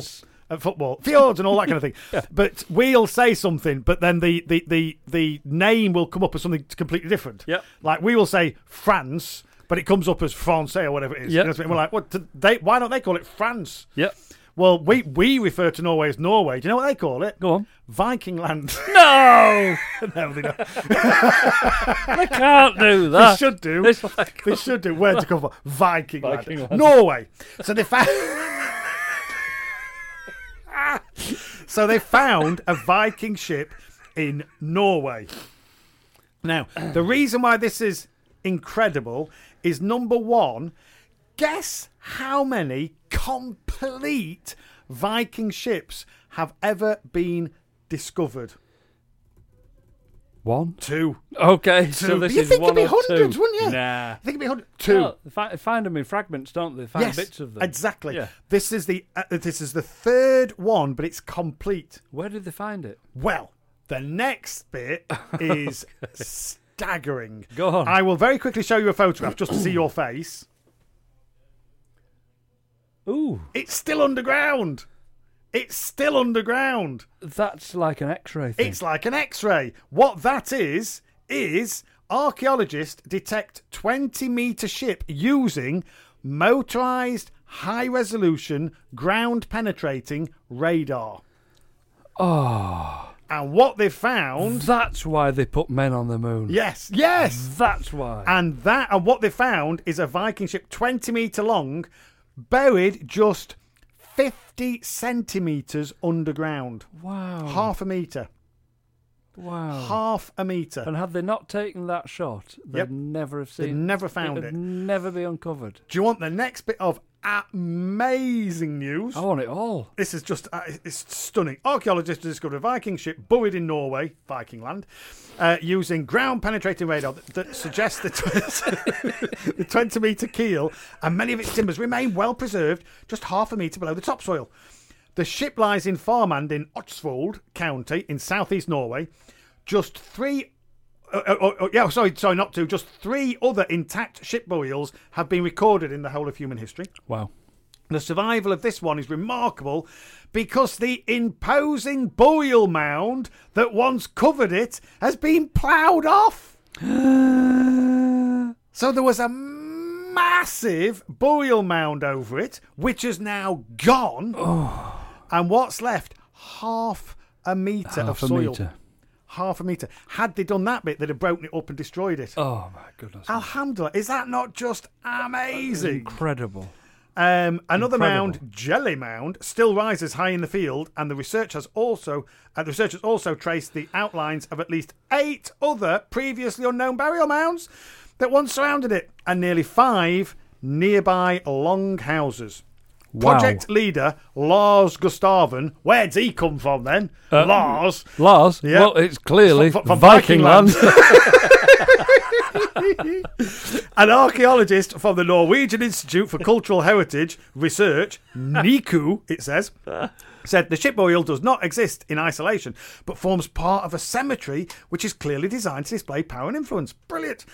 Fjords. at football fjords and all that kind (laughs) of thing, but we'll say something, but then the the the the name will come up as something completely different. Yep. like we will say France. But it comes up as Francais or whatever it is. Yep. You know what I mean? We're like, what? do They, why don't they call it France? Yep. Well, we we refer to Norway as Norway. Do you know what they call it? Go on. Viking land. No, (laughs) no, they don't. I can't do (laughs) They that. should do. It's like- They should do. Where to come (laughs) from? Viking, land. Viking land. Norway. So they found. (laughs) so they found a Viking ship in Norway. Now, the reason why this is incredible is number one. Guess how many complete Viking ships have ever been discovered? One. Two. Okay, so Two. this you is think one it'd be or two. hundreds, wouldn't you? Nah. I think it'd be hundred. Two. Well, they fi- find them in fragments, don't they? They Find bits of them. Exactly. Yeah. This is the uh, this is the third one, but it's complete. Where did they find it? Well, the next bit (laughs) is staggering. Go on. I will very quickly show you a photograph just to see your face. Ooh, It's still underground. It's still underground. that's like an X-ray thing. It's like an X-ray. What that is is archaeologists detect 20 meter ship using motorized high resolution ground penetrating radar. oh, And what they found, that's why they put men on the moon. yes, yes, That's why. and that and what they found is a Viking ship 20 meter long, buried just 50 centimeters underground, wow. half a meter, wow. half a meter. (laughs) And had they not taken that shot, they'd Yep. never have seen. They never found it'd it. Never be uncovered. Do you want the next bit of amazing news? I want it all. This is just uh, it's stunning. Archaeologists discovered a Viking ship buried in Norway, Viking land, uh, using ground penetrating radar that, that suggests the, tw- (laughs) the 20 meter keel and many of its timbers remain well preserved, just half a meter below the topsoil. The ship lies in farmland in Oxfold County in southeast Norway. Just three uh, uh, uh, yeah, sorry, sorry, not two. Just three other intact ship burials have been recorded in the whole of human history. Wow. The survival of this one is remarkable because the imposing burial mound that once covered it has been (gasps) ploughed off. So there was a massive burial mound over it, which is now gone. Oh. And what's left? Half a metre Half of a soil. meter. Half a metre. Had they done that bit, they'd have broken it up and destroyed it. Oh my goodness. Alhamdulillah, is that not just amazing? Incredible. Um, another Incredible. mound, Jelly Mound, still rises high in the field, and the research has also uh, the research has also traced the outlines of at least eight other previously unknown burial mounds that once surrounded it, and nearly five nearby long houses. Wow. Project leader Lars Gustavsson, where'd he come from then? Lars Uh, Lars, Yeah. well, it's clearly From- from Viking Viking land. (laughs) An archaeologist from the Norwegian Institute for Cultural Heritage Research, NICU, it says, said the ship burial does not exist in isolation, but forms part of a cemetery which is clearly designed to display power and influence. Brilliant.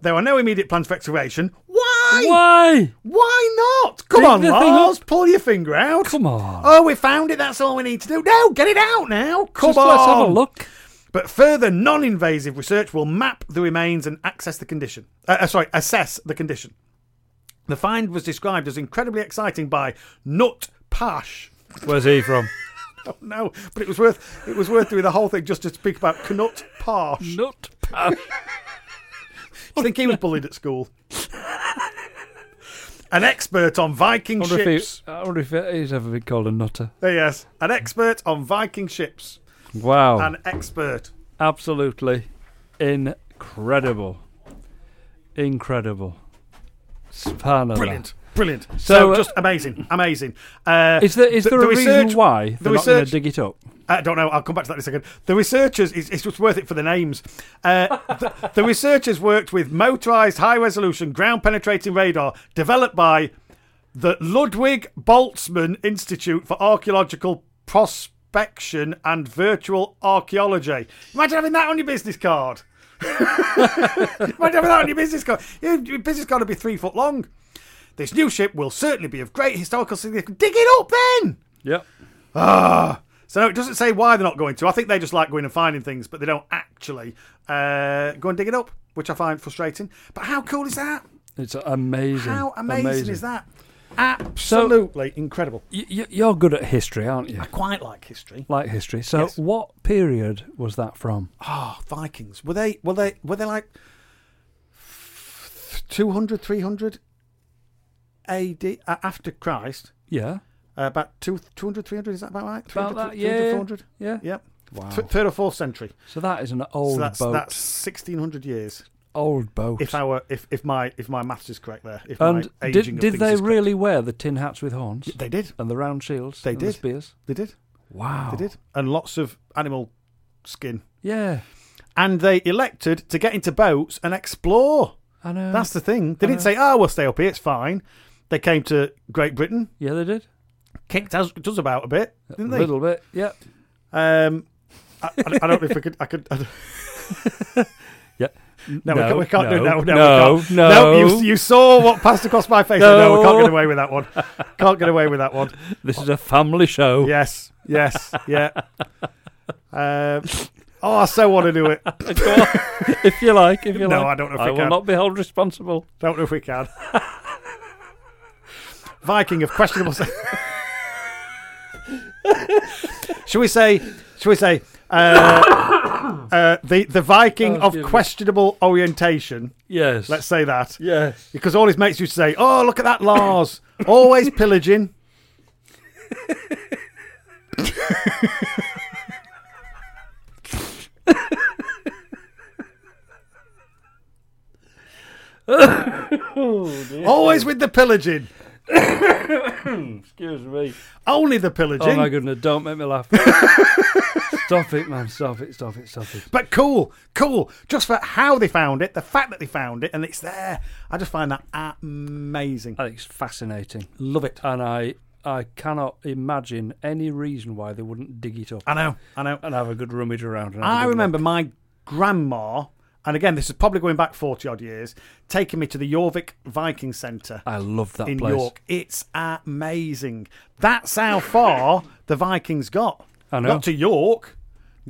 There are no immediate plans for excavation. Why? (laughs) Why? Why not? Come Dig on, the thing Lars, up. pull your finger out. Come on. Oh, we found it. That's all we need to do. No, get it out now. Come Just on. let's have a look. But further non-invasive research will map the remains and access the condition. Uh, uh, sorry, assess the condition. The find was described as incredibly exciting by Nut Pash. Where's he from? Oh, No, but it was worth it was worth doing the whole thing just to speak about Knut (laughs) Pash. (laughs) Nut. I think he was bullied at (laughs) school. An expert on Viking I wonder, ships. if he, I wonder if he's ever been called a nutter. Uh, Yes, an expert on Viking ships. Wow. An expert. Absolutely incredible. Incredible. Spanner. Brilliant. Brilliant. So, uh, just amazing, amazing. Uh, Is there is the- there the a research- reason why the they're not going research- to dig it up? I don't know. I'll come back to that in a second. The researchers, it's, it's just worth it for the names. Uh, (laughs) the, the researchers worked with motorized high resolution ground penetrating radar developed by the Ludwig Boltzmann Institute for Archaeological Prospection and Virtual Archaeology. Imagine having that on your business card. (laughs) Imagine having that on your business card. Your, your business card would be three foot long. This new ship will certainly be of great historical significance. Dig it up then! Yep. Ah. So no, it doesn't say why they're not going to. I think they just like going and finding things, but they don't actually uh, go and dig it up, which I find frustrating. But how cool is that? It's amazing. How amazing, is that? Absolutely incredible. Y- y- you're good at history, aren't you? I quite like history. Like history. So, Yes. what period was that from? Ah, Vikings. Were they? Were they? Were they like 200, 300 AD uh, after Christ? Yeah. Uh, about two, 200, 300, Is that about right? About that, 300, yeah. 400? Yeah. Yep. Wow. Th- third or fourth century. so that is an old so that's boat. that's sixteen hundred years. old boat. if our if, if my if my maths is correct there. If and my did aging of did things they is correct. really wear the tin hats with horns They did. and the round shields? They and the did. spears. They did. Wow. They did. Oh. And lots of animal skin. Yeah. And they elected to get into boats and explore. I know. That's the thing. They uh. didn't say, "Oh, we'll stay up here. It's fine." They came to Great Britain, yeah, they did. kicked us, us about a bit, didn't a they? little bit. Yep. Um, I, I, I don't know if I could. I could. I don't- (laughs) no, we can't, we can't do it. No, no, we can't. No, no. no. you, you saw what passed across my face. No. we can't No. get away with that one. Can't get away with that one. This is a family show. (laughs) Yes, yes, yeah. Um, oh, I so want to do it. Go on. if you like, if you No, like. I don't know if I we will can. not be held responsible. Don't know if we can. Viking of questionable. (laughs) should we say? Should we say? Uh, uh, the the Viking Oh, of excuse me. questionable orientation. Yes. Let's say that Yes. because all his mates used to say, "Oh, look at (laughs) that Lars, always pillaging." Oh, Always with the pillaging. Excuse me. Only the Oh pillaging. my goodness! Don't make me (laughs) laugh. stop it, man! Stop it! Stop it! Stop it! but cool, cool. Just for how they found it, the fact that they found it, and it's there. I just find that amazing. I think it's fascinating. Love it. And I, I cannot imagine any reason why they wouldn't dig it up I know, I know. and have a good rummage around. And have a I good remember my grandma, and again, this is probably going back 40 odd years, taking me to the Jorvik Viking Centre look. I love Ah, that in place. York. It's amazing. That's how far the Vikings got. I know. Got to York,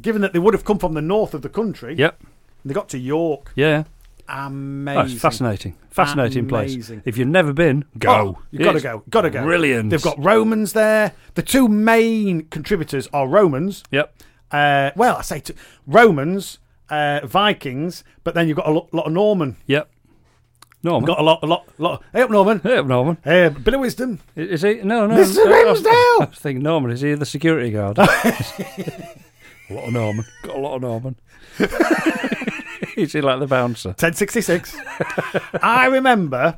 given that they would have come from the north of the country. Yep. They got to York. Yeah. Oh, it's Amazing. fascinating. Fascinating Amazing. place. If you've never been, go. Oh, you've got to It's go. Got to go. Brilliant. They've got Romans there. The two main contributors are Romans. Yep. Uh, well, I say to Romans, uh, Vikings, but then you've got a lo- lot of Norman. Yep. Norman. Got a lot, a lot, lot. Hey up, Norman. Uh, Hey, Norman. Hey, bit of wisdom. Is he? No, no. Mr. I- I- Ramsdale! I was thinking Norman. Is he the security guard? (laughs) (laughs) a lot of Norman. Got a lot of Norman. (laughs) is he like the bouncer? 1066. (laughs) I remember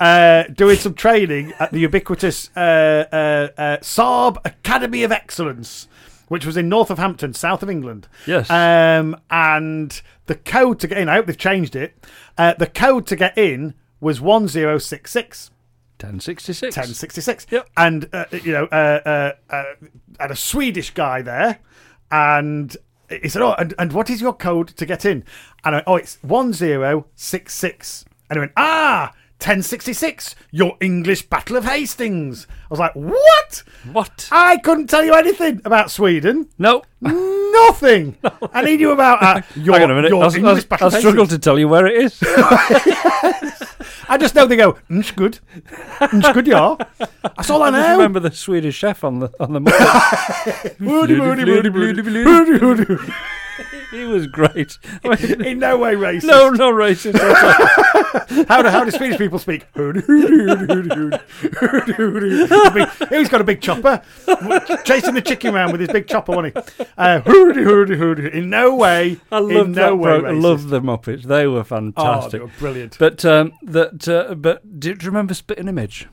uh, doing some training at the ubiquitous uh, uh, uh, Saab Academy of Excellence which was in Northampton, south of England. Yes. Um, and the code to get in, I hope they've changed it. Uh, the code to get in was 1066. 1066. 1066. Yep. And, uh, you know, uh, uh, uh, and a Swedish guy there, and he said, Oh, and, and what is your code to get in? And I went, Oh, it's 1066. And he went, Ah, 1066, your English Battle of Hastings. I was like, What? What? I couldn't tell you anything about Sweden. no. (laughs) Nothing. I need you about uh, your, Hang on a minute. your I, s- I English s- Battle I of Hastings. struggle to tell you where it is. I just know they go, Nsh good. Nsh good, (laughs) yeah. That's all (laughs) I I just (laughs) know. remember the Swedish chef on the on the mullet. (laughs) (laughs) he was (laughs) great. I mean, In no way racist. no, no racist. whatsoever. How do, how do Swedish people speak? (laughs) He's got a big chopper, (laughs) chasing the chicken around with his big chopper, wasn't he? Uh, in no way, I in love no that. way Pro- I racist. love the Muppets. They were fantastic. Oh, they were brilliant. but um, that. Uh, but do you remember Spitting Image?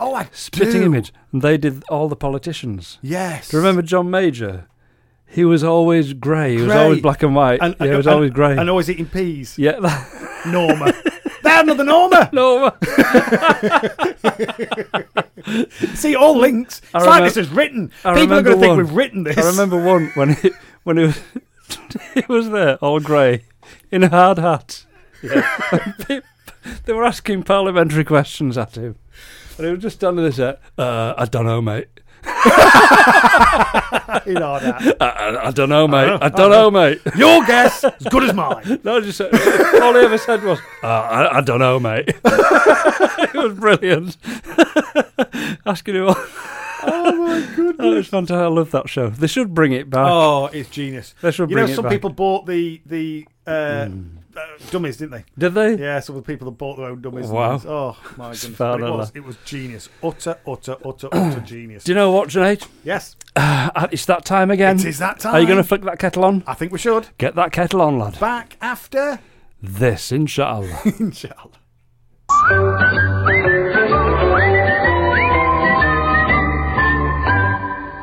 oh, I Spitting do. Image. And they did all the politicians. Yes. Do you remember John Major? He was always grey. He was Grey. always black and white. And, yeah, he was and- always grey. And always eating peas. yeah, that, (laughs) Norma. They're another Norma. no. See, all links. It's I like remem- this is written. I People are remember going to think one. we've written this. I (laughs) remember one when it when it was (laughs) it was there all grey in a hard hat. And pe- (laughs) they were asking parliamentary questions at him, and he was just standing there. saying, Uh, I don't know, mate. You know that. I, I, I don't know, mate. know, I don't know, mate. Your guess is as good as mine. No, just said, all he ever said was, uh, I, I don't know, mate. (laughs) it was brilliant. (laughs) asking him. All. (laughs) Oh my goodness! It was fantastic. I love that show. They should bring it back. Oh, it's genius. They should You know, bring it some back. Hmm. people bought the the uh, uh, dummies, didn't they? Did they? Yeah, some of the people that bought their own dummies. and Wow. things. Oh my (laughs) goodness! Far But it out was there. it was genius. Utter, utter, utter, (clears throat) utter genius. Do you know what, Sinead? Yes, Uh, It's that time again. it is that time. Are you going to flick that kettle on? I think we should Get that kettle on, lad. back after. (laughs) This, inshallah. Inshallah.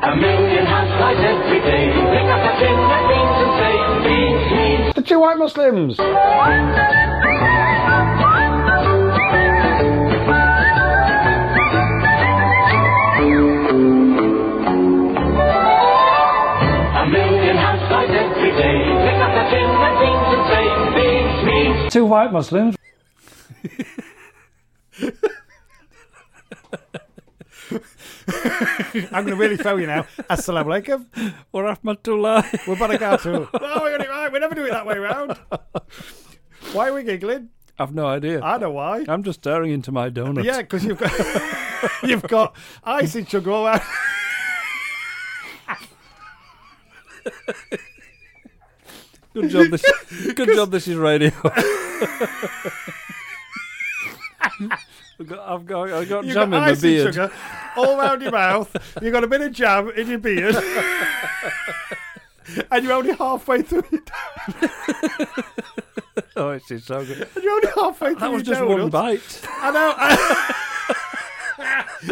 A million house lights every day. Pick up a tin of beans and say, beans, beans. The two white Muslims. A million house lights every day. Pick up a tin of beans and say, beans, beans. Two white Muslims. I'm going to really fail (laughs) you now. Assalamu alaikum. Or Ahmadullah. We're barakatuh. no, we got it right. We never Oh, do it that way round. Why are we giggling? (laughs) I've no idea. I know why. I'm just staring into my donut. Yeah, because you've got (laughs) you've got (laughs) ice in sugar all around. Good job this (laughs) Good job this is radio. I've got, I've got, I've got jam You've got in my ice and beard. sugar all round your mouth. You've got a bit of jam in (laughs) your beard. and you're only halfway through your, Oh, it's, it's so good. you're only halfway through That was your just one donuts. (laughs) bite. I know. I-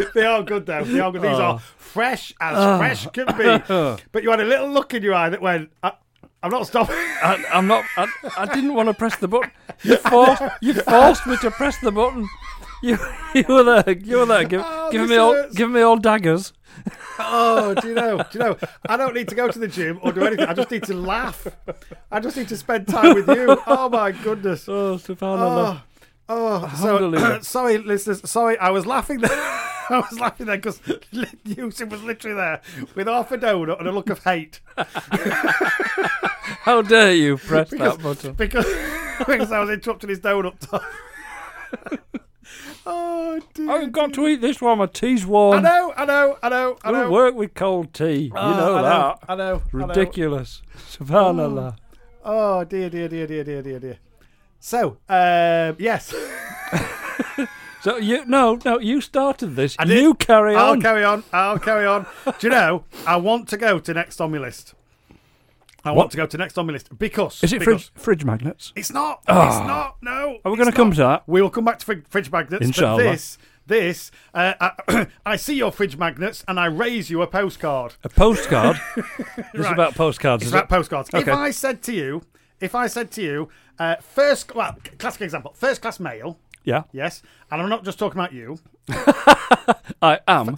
(laughs) they are good though. They are good. These Ah. are fresh as fresh can (laughs) be. But you had a little look in your eye that went, I, I'm not stopping. I, I'm not. I, I didn't want to press the button. (laughs) You forced. You forced me to press the button. You, (laughs) you were there. You were there. Give, Oh, giving this me all. hurts. Giving me all daggers. oh, do you know? Do you know? (laughs) I don't need to go to the gym or do anything. I just need to laugh. I just need to spend time with you. Oh my goodness. Oh, subhanallah. Oh, oh so, Alhamdulillah. (coughs) sorry, listeners. Sorry, I was laughing there. (laughs) I was laughing there (laughs) because Yusuf was literally there with half a donut and a look of hate How dare you press that (laughs) button? because, because I was interrupting his donut time. (laughs) oh, dear. I've got to eat this while my tea's I warm. know, I know, I know, I know. Don't work with cold tea. Oh, you know I that. I know. I know. Ridiculous. Subhanallah. Oh, dear, dear, dear, dear, dear, dear, dear. So, um, yes. (laughs) So you no no you started this. did. You carry I'll on. carry on. I'll carry on. Do you know? I want to go to next on my list. I want What? to go to next on my list because Is it because fridge, fridge magnets? It's not. It's not. No. Are we it's going to come not. to that? We will come back to fridge, fridge magnets. Inshallah. But this This, uh, I, (coughs) I see your fridge magnets and I raise you a postcard. A (laughs) postcard. This is about postcards. It's is about it? postcards. If Okay. I said to you, if I said to you, uh, first, well, c- classic example, first class mail, yeah, yes, and I'm not just talking about you, I (laughs) am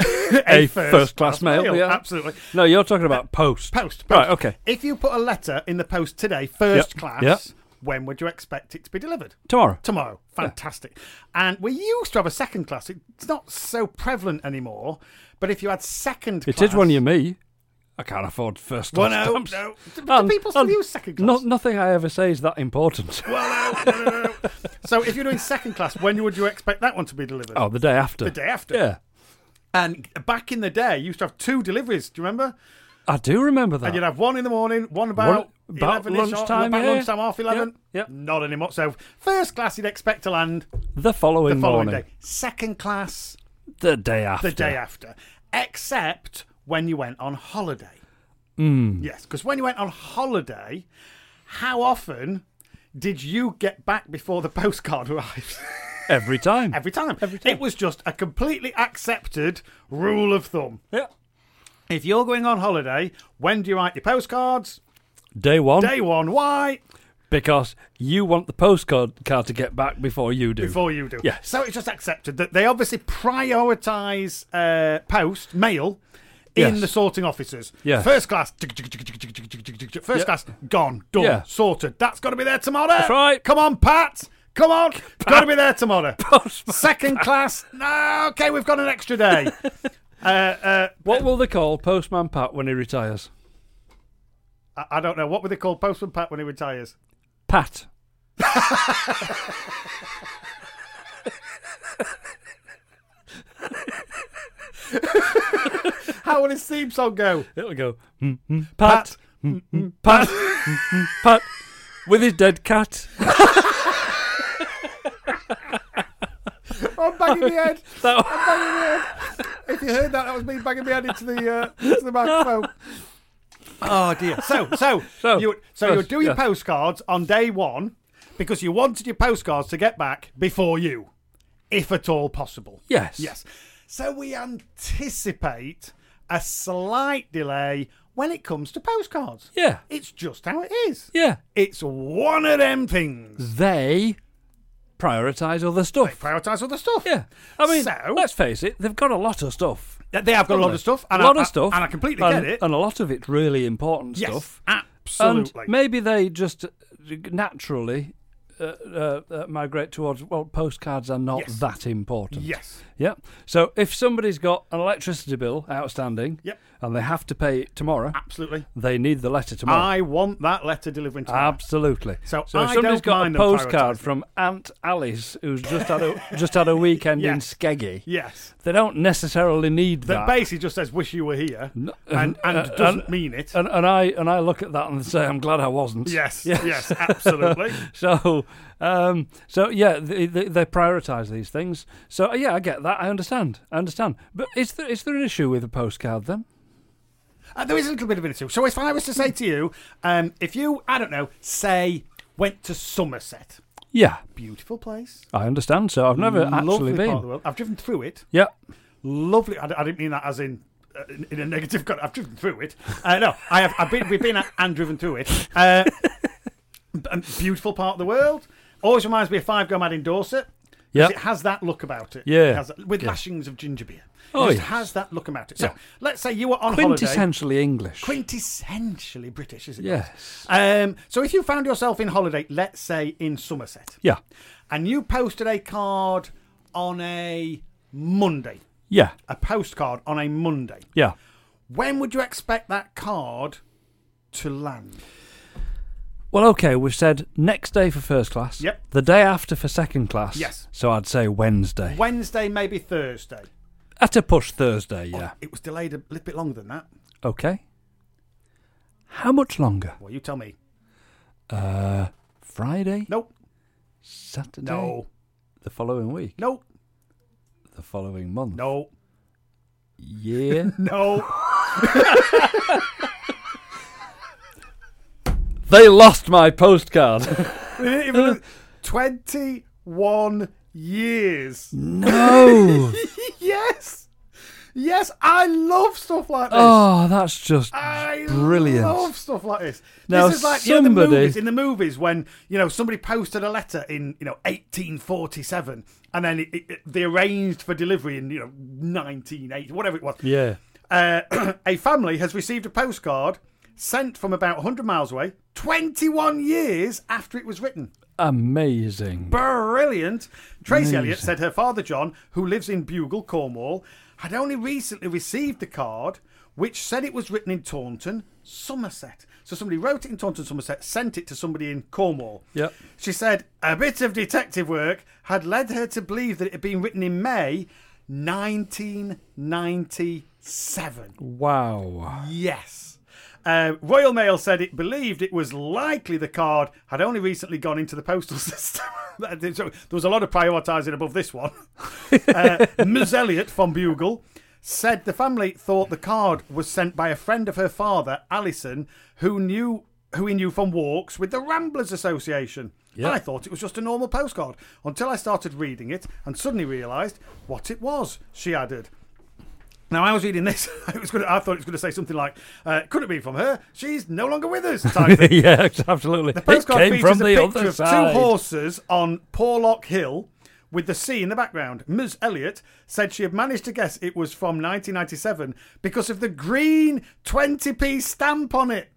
a first-class male. yeah. absolutely. No, you're talking about post. Post, post. Right. Okay. If you put a letter in the post today, first Yep. class, Yep. when would you expect it to be delivered? Tomorrow. Tomorrow. Fantastic. And we used to have a second class. It's not so prevalent anymore, but if you had second It class. is when you're me. I can't afford first Well, class no, stamps. no. Do- do people still use second class? No, nothing I ever say is that important. (laughs) Well, no, no, no, no. So if you're doing second class, when would you expect that one to be delivered? oh, the day after. The day after. Yeah, And back in the day, you used to have two deliveries. Do you remember? I do remember that. And you'd have one in the morning, one about, One- about 11-ish, or- lunchtime, about yeah. lunchtime, half eleven. Yep, yep. Not anymore. So first class, you'd expect to land the following the following morning. day. Second class, The day after. the day after, except when you went on holiday. Yes, because when you went on holiday, how often did you get back before the (laughs) postcard arrived? Every time. Every time. Every time. It was just a completely accepted rule of thumb. yeah. If you're going on holiday, when do you write your postcards? Day one. Day one. Why? Because you want the postcard card to get back before you do. before you do. Yes. So it's just accepted that they obviously prioritise uh, post mail in Yes. the sorting offices. Yeah. First class. tick, tick, tick, tick, tick, tick, tick, tick, tick, tick, First Yeah. class. Gone. Done. Yeah. Sorted. That's got to be there tomorrow. That's right. Come on, Pat. Come on. It's got to be (laughs) there tomorrow. Second class. No. Okay, we've got an (laughs) extra day. uh, uh, What will they call Postman Pat when he retires? I, I don't know. What were they called? Postman Pat when he retires. Pat. How will his theme song go? It'll go. mm, mm, Pat. mm, mm, (laughs) Pat. mm, mm, Pat. With his dead (laughs) cat. I'm banging my head. (laughs) That- If (laughs) you heard that, that was me banging my head into the (laughs) uh, into the microphone. Oh dear. So so (laughs) So, you so yes, you'll do your yes. postcards on day one because you wanted your postcards to get back before you, if at all possible. yes. Yes. So we anticipate a slight delay when it comes to postcards. Yeah. It's just how it is. Yeah. It's one of them Mm. things. They prioritise other stuff. Prioritise other stuff. Yeah. I mean, So- let's face it, they've got a lot of stuff. They have got a lot of stuff. And a lot I, of stuff. And I completely and- get it. And a lot of it's really important yes, stuff. Absolutely. And maybe they just uh, naturally uh, uh, uh, migrate towards, well, postcards are not Yes. that important. yes. Yeah. So if somebody's got an electricity bill outstanding Yep. and they have to pay it tomorrow, Absolutely. they need the letter tomorrow. I want that letter delivering tomorrow. Absolutely. So if I somebody's don't got mind a them postcard prioritising. from Aunt Alice, who's just had a (laughs) just had a weekend in Yes. Skeggy, yes. they don't necessarily need That that. basically just says "wish you were here" and, and uh, doesn't and- mean it. and, and I and I look at that and say, I'm glad I wasn't. yes, (laughs) Yeah. (laughs) yes, absolutely. So, um, so yeah, they, they, they prioritise these things. So uh, yeah, I get that. I understand. I understand. But is there is there an issue with a postcard then? Uh, there is a little bit of an issue. So if I was to say to you, um, if you, I don't know, say went to Somerset, Yeah, beautiful place, I understand. So I've never lovely actually part been. of the world. I've driven through it. yeah, lovely. I, I didn't mean that as in uh, in, in a negative. Con- I've driven through it. Uh, no, I have. I've been, we've been at, and driven through it. Uh, b- um, beautiful part of the world. Always reminds me of Five Go Mad in Dorset. 'cause Yeah. it has that look about it. Yeah. It has that- with Yeah. lashings of ginger beer. It Oh, just yes. has that look about it. So Yeah. let's say you were on holiday. quintessentially English. Quintessentially British, is it? not? Yes. Um, so if you found yourself in holiday, let's say in Somerset, yeah, and you posted a card on a Monday, yeah, a postcard on a Monday. yeah. When would you expect that card to land? Well, okay, we've said next day for first class. Yep. The day after for second class. Yes. So I'd say Wednesday. Wednesday, maybe Thursday. At a push, Thursday. Yeah. It was delayed a little bit longer than that. Okay. How much longer? Well, you tell me. Uh, Friday, Nope. Saturday, No. the following week, Nope. the following month, No. (laughs) year. No. (laughs) they lost my postcard. Even- (laughs) Twenty-one (laughs) years. (laughs) No. yes. Yes, I love stuff like this. oh, that's just I brilliant. love stuff like this. Now, this is like you know, in the somebody- movies, in the movies when you know somebody posted a letter in you know 1847, and then it, it, it- they arranged for delivery in you know 1980, whatever it was. Yeah. Uh, (clears throat) a family has received a postcard sent from about 100 miles away, 21 years after it was written. Amazing. Brilliant. Tracy Amazing. Elliott said her father, John, who lives in Bugle, Cornwall, had only recently received the card, which said it was written in Taunton, Somerset. So somebody wrote it in Taunton, Somerset, sent it to somebody in Cornwall. Yep. She said a bit of detective work had led her to believe that it had been written in May 1997. Wow. Yes. Uh, Royal Mail said it believed it was likely the card had only recently gone into the postal (laughs) system. That did- so there was a lot of prioritising above this one. Uh, Ms. Elliot from Bugle said the family thought the card was sent by a friend of her father, Alison, who knew who he knew from walks with the Ramblers Association. I thought it was just a normal postcard until I started reading it and suddenly realised what it was. She added. Now I was reading this. (laughs) It was gonna, I thought it was going to say something like, uh, "Could it be from her? She's no longer with us." (laughs) Type thing. yeah, absolutely. The postcard it came features from a the picture other of side. two horses on Porlock Hill with the sea in the background. Ms. Elliot said she had managed to guess it was from 1997 because of the green 20p stamp on it.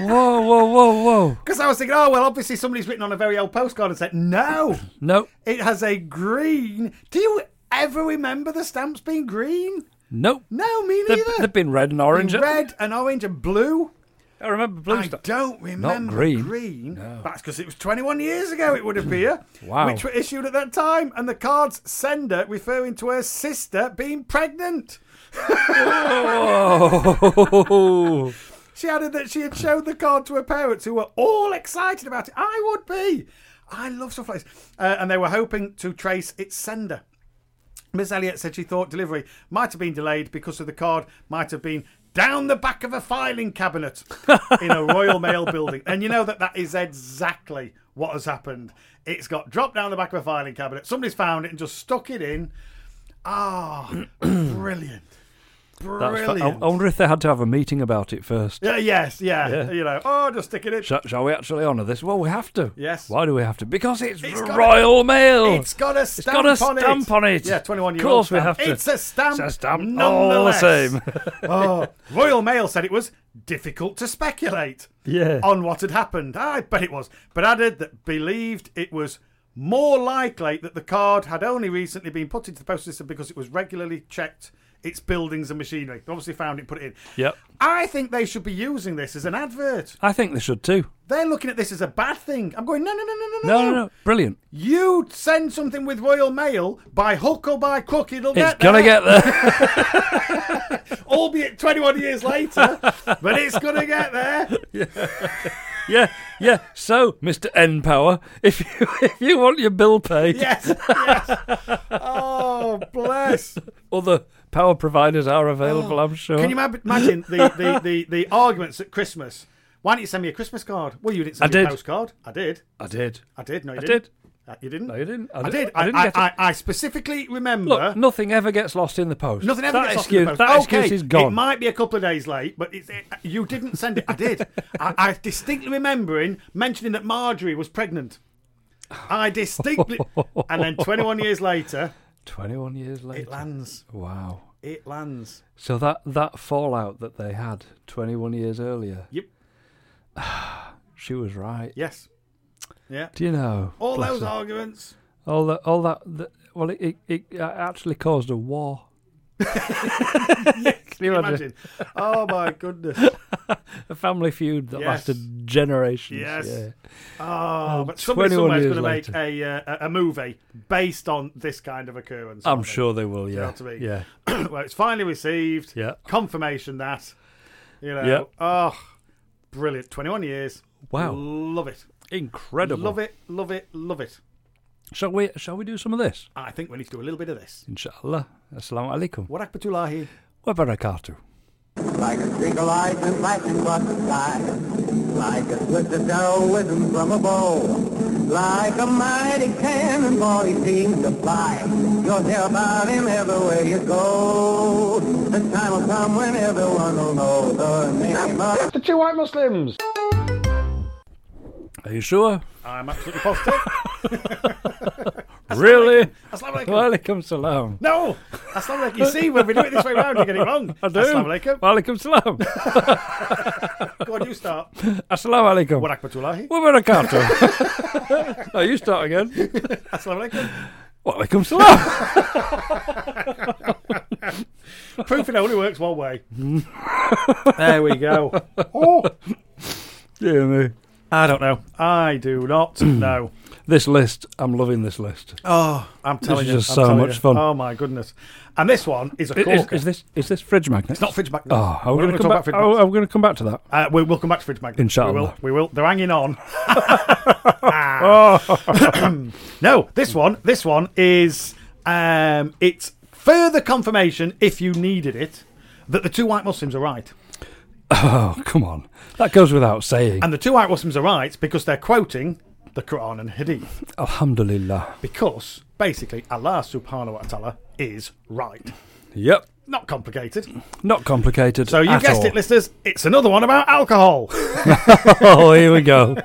Whoa, whoa, whoa, whoa. Because I was thinking, oh well, obviously somebody's written on a very old postcard and said, "No, No, it has a green." Do you ever remember the stamps being green? no. No, me They've, neither. they've been red and orange. haven't red and orange and blue. they? I remember blue I stuff. don't remember green. green. That's because it was 21 years ago. It would appear. (clears throat) Wow. Which were issued at that time, and the card's sender referring to her sister being pregnant. (laughs) Oh. She added that she had showed the card to her parents, who were all excited about it. I would be. I love stuff like this. Uh, and they were hoping to trace its sender. Ms. Elliot said she thought delivery might have been delayed because of the card might have been down the back of a filing (laughs) cabinet in a Royal Mail building. And you know that that is exactly what has happened. It's got dropped down the back of a filing cabinet. Somebody's found it and just stuck it in. Ah, (clears throat) brilliant. That's fa- oh, Brilliant. I I wonder if they had to have a meeting about it first. Yeah, Uh, yes, yeah, Yeah. You know, oh, just stick it in. Sh- shall we actually honour this? Well, we have to. Yes. Why do we have to? Because it's, It's got a- Royal Mail. It's got a stamp got a on it. stamp on it. Yeah, 21 year Of course old. we have to. It's a stamp. It's a stamp. All the nonetheless. same. (laughs) oh, Royal Mail said it was difficult to speculate Yeah. on what had happened. I bet it was. But added that believed it was more likely that the card had only recently been put into the postal system because it was regularly checked its buildings and machinery. They obviously found it, put it in. Yep. I think they should be using this as an advert. I think they should too. They're looking at this as a bad thing. I'm going, no, no, no, no, no, No, no, no. Brilliant. you send something with Royal Mail by hook or by crook, it'll It's get gonna there, get there. albeit 21 (laughs) years later, but it's gonna get there. (laughs) yeah, yeah. So, Mr. N Power, (laughs) if you if you want your bill paid, Yes, yes. Oh, bless. other power providers are available. I'm sure. Oh. Can you ma- imagine the, the, the, the arguments at Christmas? Why didn't you send me a Christmas card? Well, you didn't send I me did. a postcard. I did. I did. I did. No, you I didn't. did. Uh, You didn't. No, you didn't. I I, did- did. I I, didn't I, get it. I, I specifically remember. Look, nothing ever gets lost in the post. Nothing ever that gets excuse, off the That post. excuse okay, is gone. It might be a couple of days late, but it's, it, you didn't send it. I did. I, I distinctly remembering mentioning that Marjorie was pregnant. I distinctly, and then 21 years later, 21 years later. it lands. Wow. It lands. So that that fallout that they had 21 years earlier. Yep. (sighs) She was right. Yes. Yeah. Do you know? All bless those her, arguments. all that, all that. The, well, it, it it actually caused a (laughs) war. Can (laughs) you imagine? Imagine. oh my (laughs) goodness. A family feud that Yes. lasted generations. Yes. Yeah. Oh, but 21 somebody somewhere's years going to make later. a, uh, a a movie based on this kind of occurrence. I'm aren't they? sure they will. know Yeah. what I mean? Yeah. (laughs) well, it's finally received. Yeah. Confirmation that. You know. Yeah. Oh, brilliant. 21 years. Wow. Love it. Incredible. Love it. Love it. Love it. Shall we? Shall we do some of this? I think we need to do a little bit of this. Inshallah. Assalamu alaikum. What Akbatulahi? Wa barakatuh. like a streak of lightning, lightning across the sky, like a twist of arrow whizzing from a bow, Like a mighty cannonball, he seems to fly. You'll hear about him everywhere you go. The time will come when everyone will know the name of... The two white Muslims. Are you sure? I'm absolutely positive. (laughs) really? Assalamu alaikum. Walaikum salam. No! Assalamu alaikum. You see, when we do it this way round, you get it wrong. (laughs) I do. Assalamu alaikum. Walaikum salam. (laughs) Go on, you start. Assalamu alaikum. Wa rahmatullahi. Wa barakatuh. (laughs) (laughs) no, Oh, you start again. Assalamu alaikum. Walaikum salam. Proof it only works (laughs) one way. there we go. Oh, Dear me. I don't know. I do not know. This list, I'm loving this list. Oh, I'm telling is you, just I'm so telling much you. fun. Oh my goodness! And this one is a I- corker. Is, is this is this fridge magnet? It's not fridge magnet. Oh, I'm We're going to not gonna come talk back. about oh, fridge I'm going to come back to that. Uh, we, we'll come back to fridge magnet. Inshallah. We will. We will. They're (laughs) hanging on. Ah. no, this one. This one is. Um, it's further confirmation, if you needed it, that the two white Muslims are right. Oh, come on. That goes without saying. And the two white Muslims are right because they're quoting the Quran and Hadith. Alhamdulillah. Because basically, Allah Subhanahu wa Taala is right. Yep. Not complicated. Not complicated. So you at guessed all. it, listeners. It's another one about alcohol. (laughs) (laughs) Oh, here we go.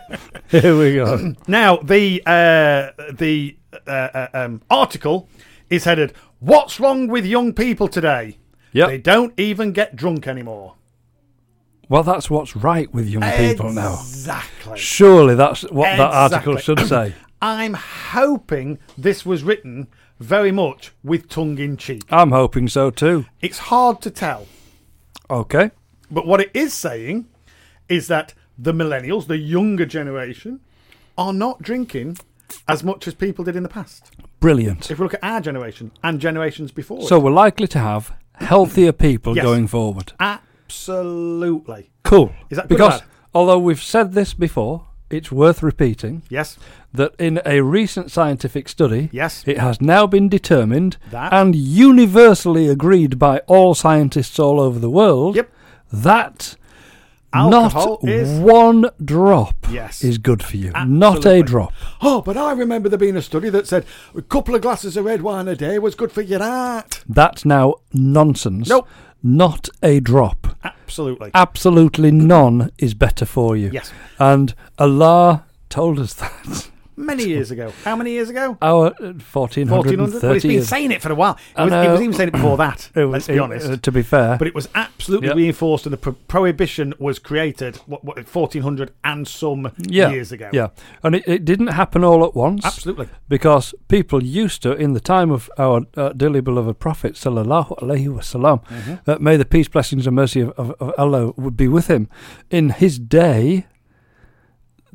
Here we go. Now the uh, the uh, uh, um, article is headed "What's wrong with young people today? Yep. They don't even get drunk anymore." Well, that's what's right with young people now. Exactly. Surely that's what that article Exactly. should say. I'm hoping this was written very much with tongue in cheek. I'm hoping so too. It's hard to tell, Okay. but what it is saying is that the millennials, the younger generation, are not drinking as much as people did in the past. Brilliant. If we look at our generation and generations before, it. So we're likely to have healthier people Yes. going forward. absolutely. Cool. Is that good or because bad? although we've said this before, it's worth repeating Yes. that in a recent scientific study, Yes. it has now been determined That- and universally agreed by all scientists all over the world Yep. that Alcohol not is- one drop Yes. is good for you. Not a Absolutely. drop. Oh, but I remember there being a study that said a couple of glasses of red wine a day was good for your heart. That's now nonsense. Nope. Not a drop. Absolutely. Absolutely none is better for you. Yes. And Allah told us (laughs) that. Many years ago. How many years ago? Our uh, 1400? 1430 Well, it's been years. saying it for a while. It I was, it know. was even saying it before that, It was- let's be it- honest. uh, to be fair. but it was absolutely Yep. reinforced, and the pro- prohibition was created, what, what, 1400 and some yeah, years ago. Yeah. And it, it didn't happen all at once. Absolutely. Because people used to, in the time of our uh, dearly beloved Prophet, sallallahu alaihi wasallam, Mm-hmm. uh, may the peace, blessings, and mercy of, of, of Allah would be with him. In his day,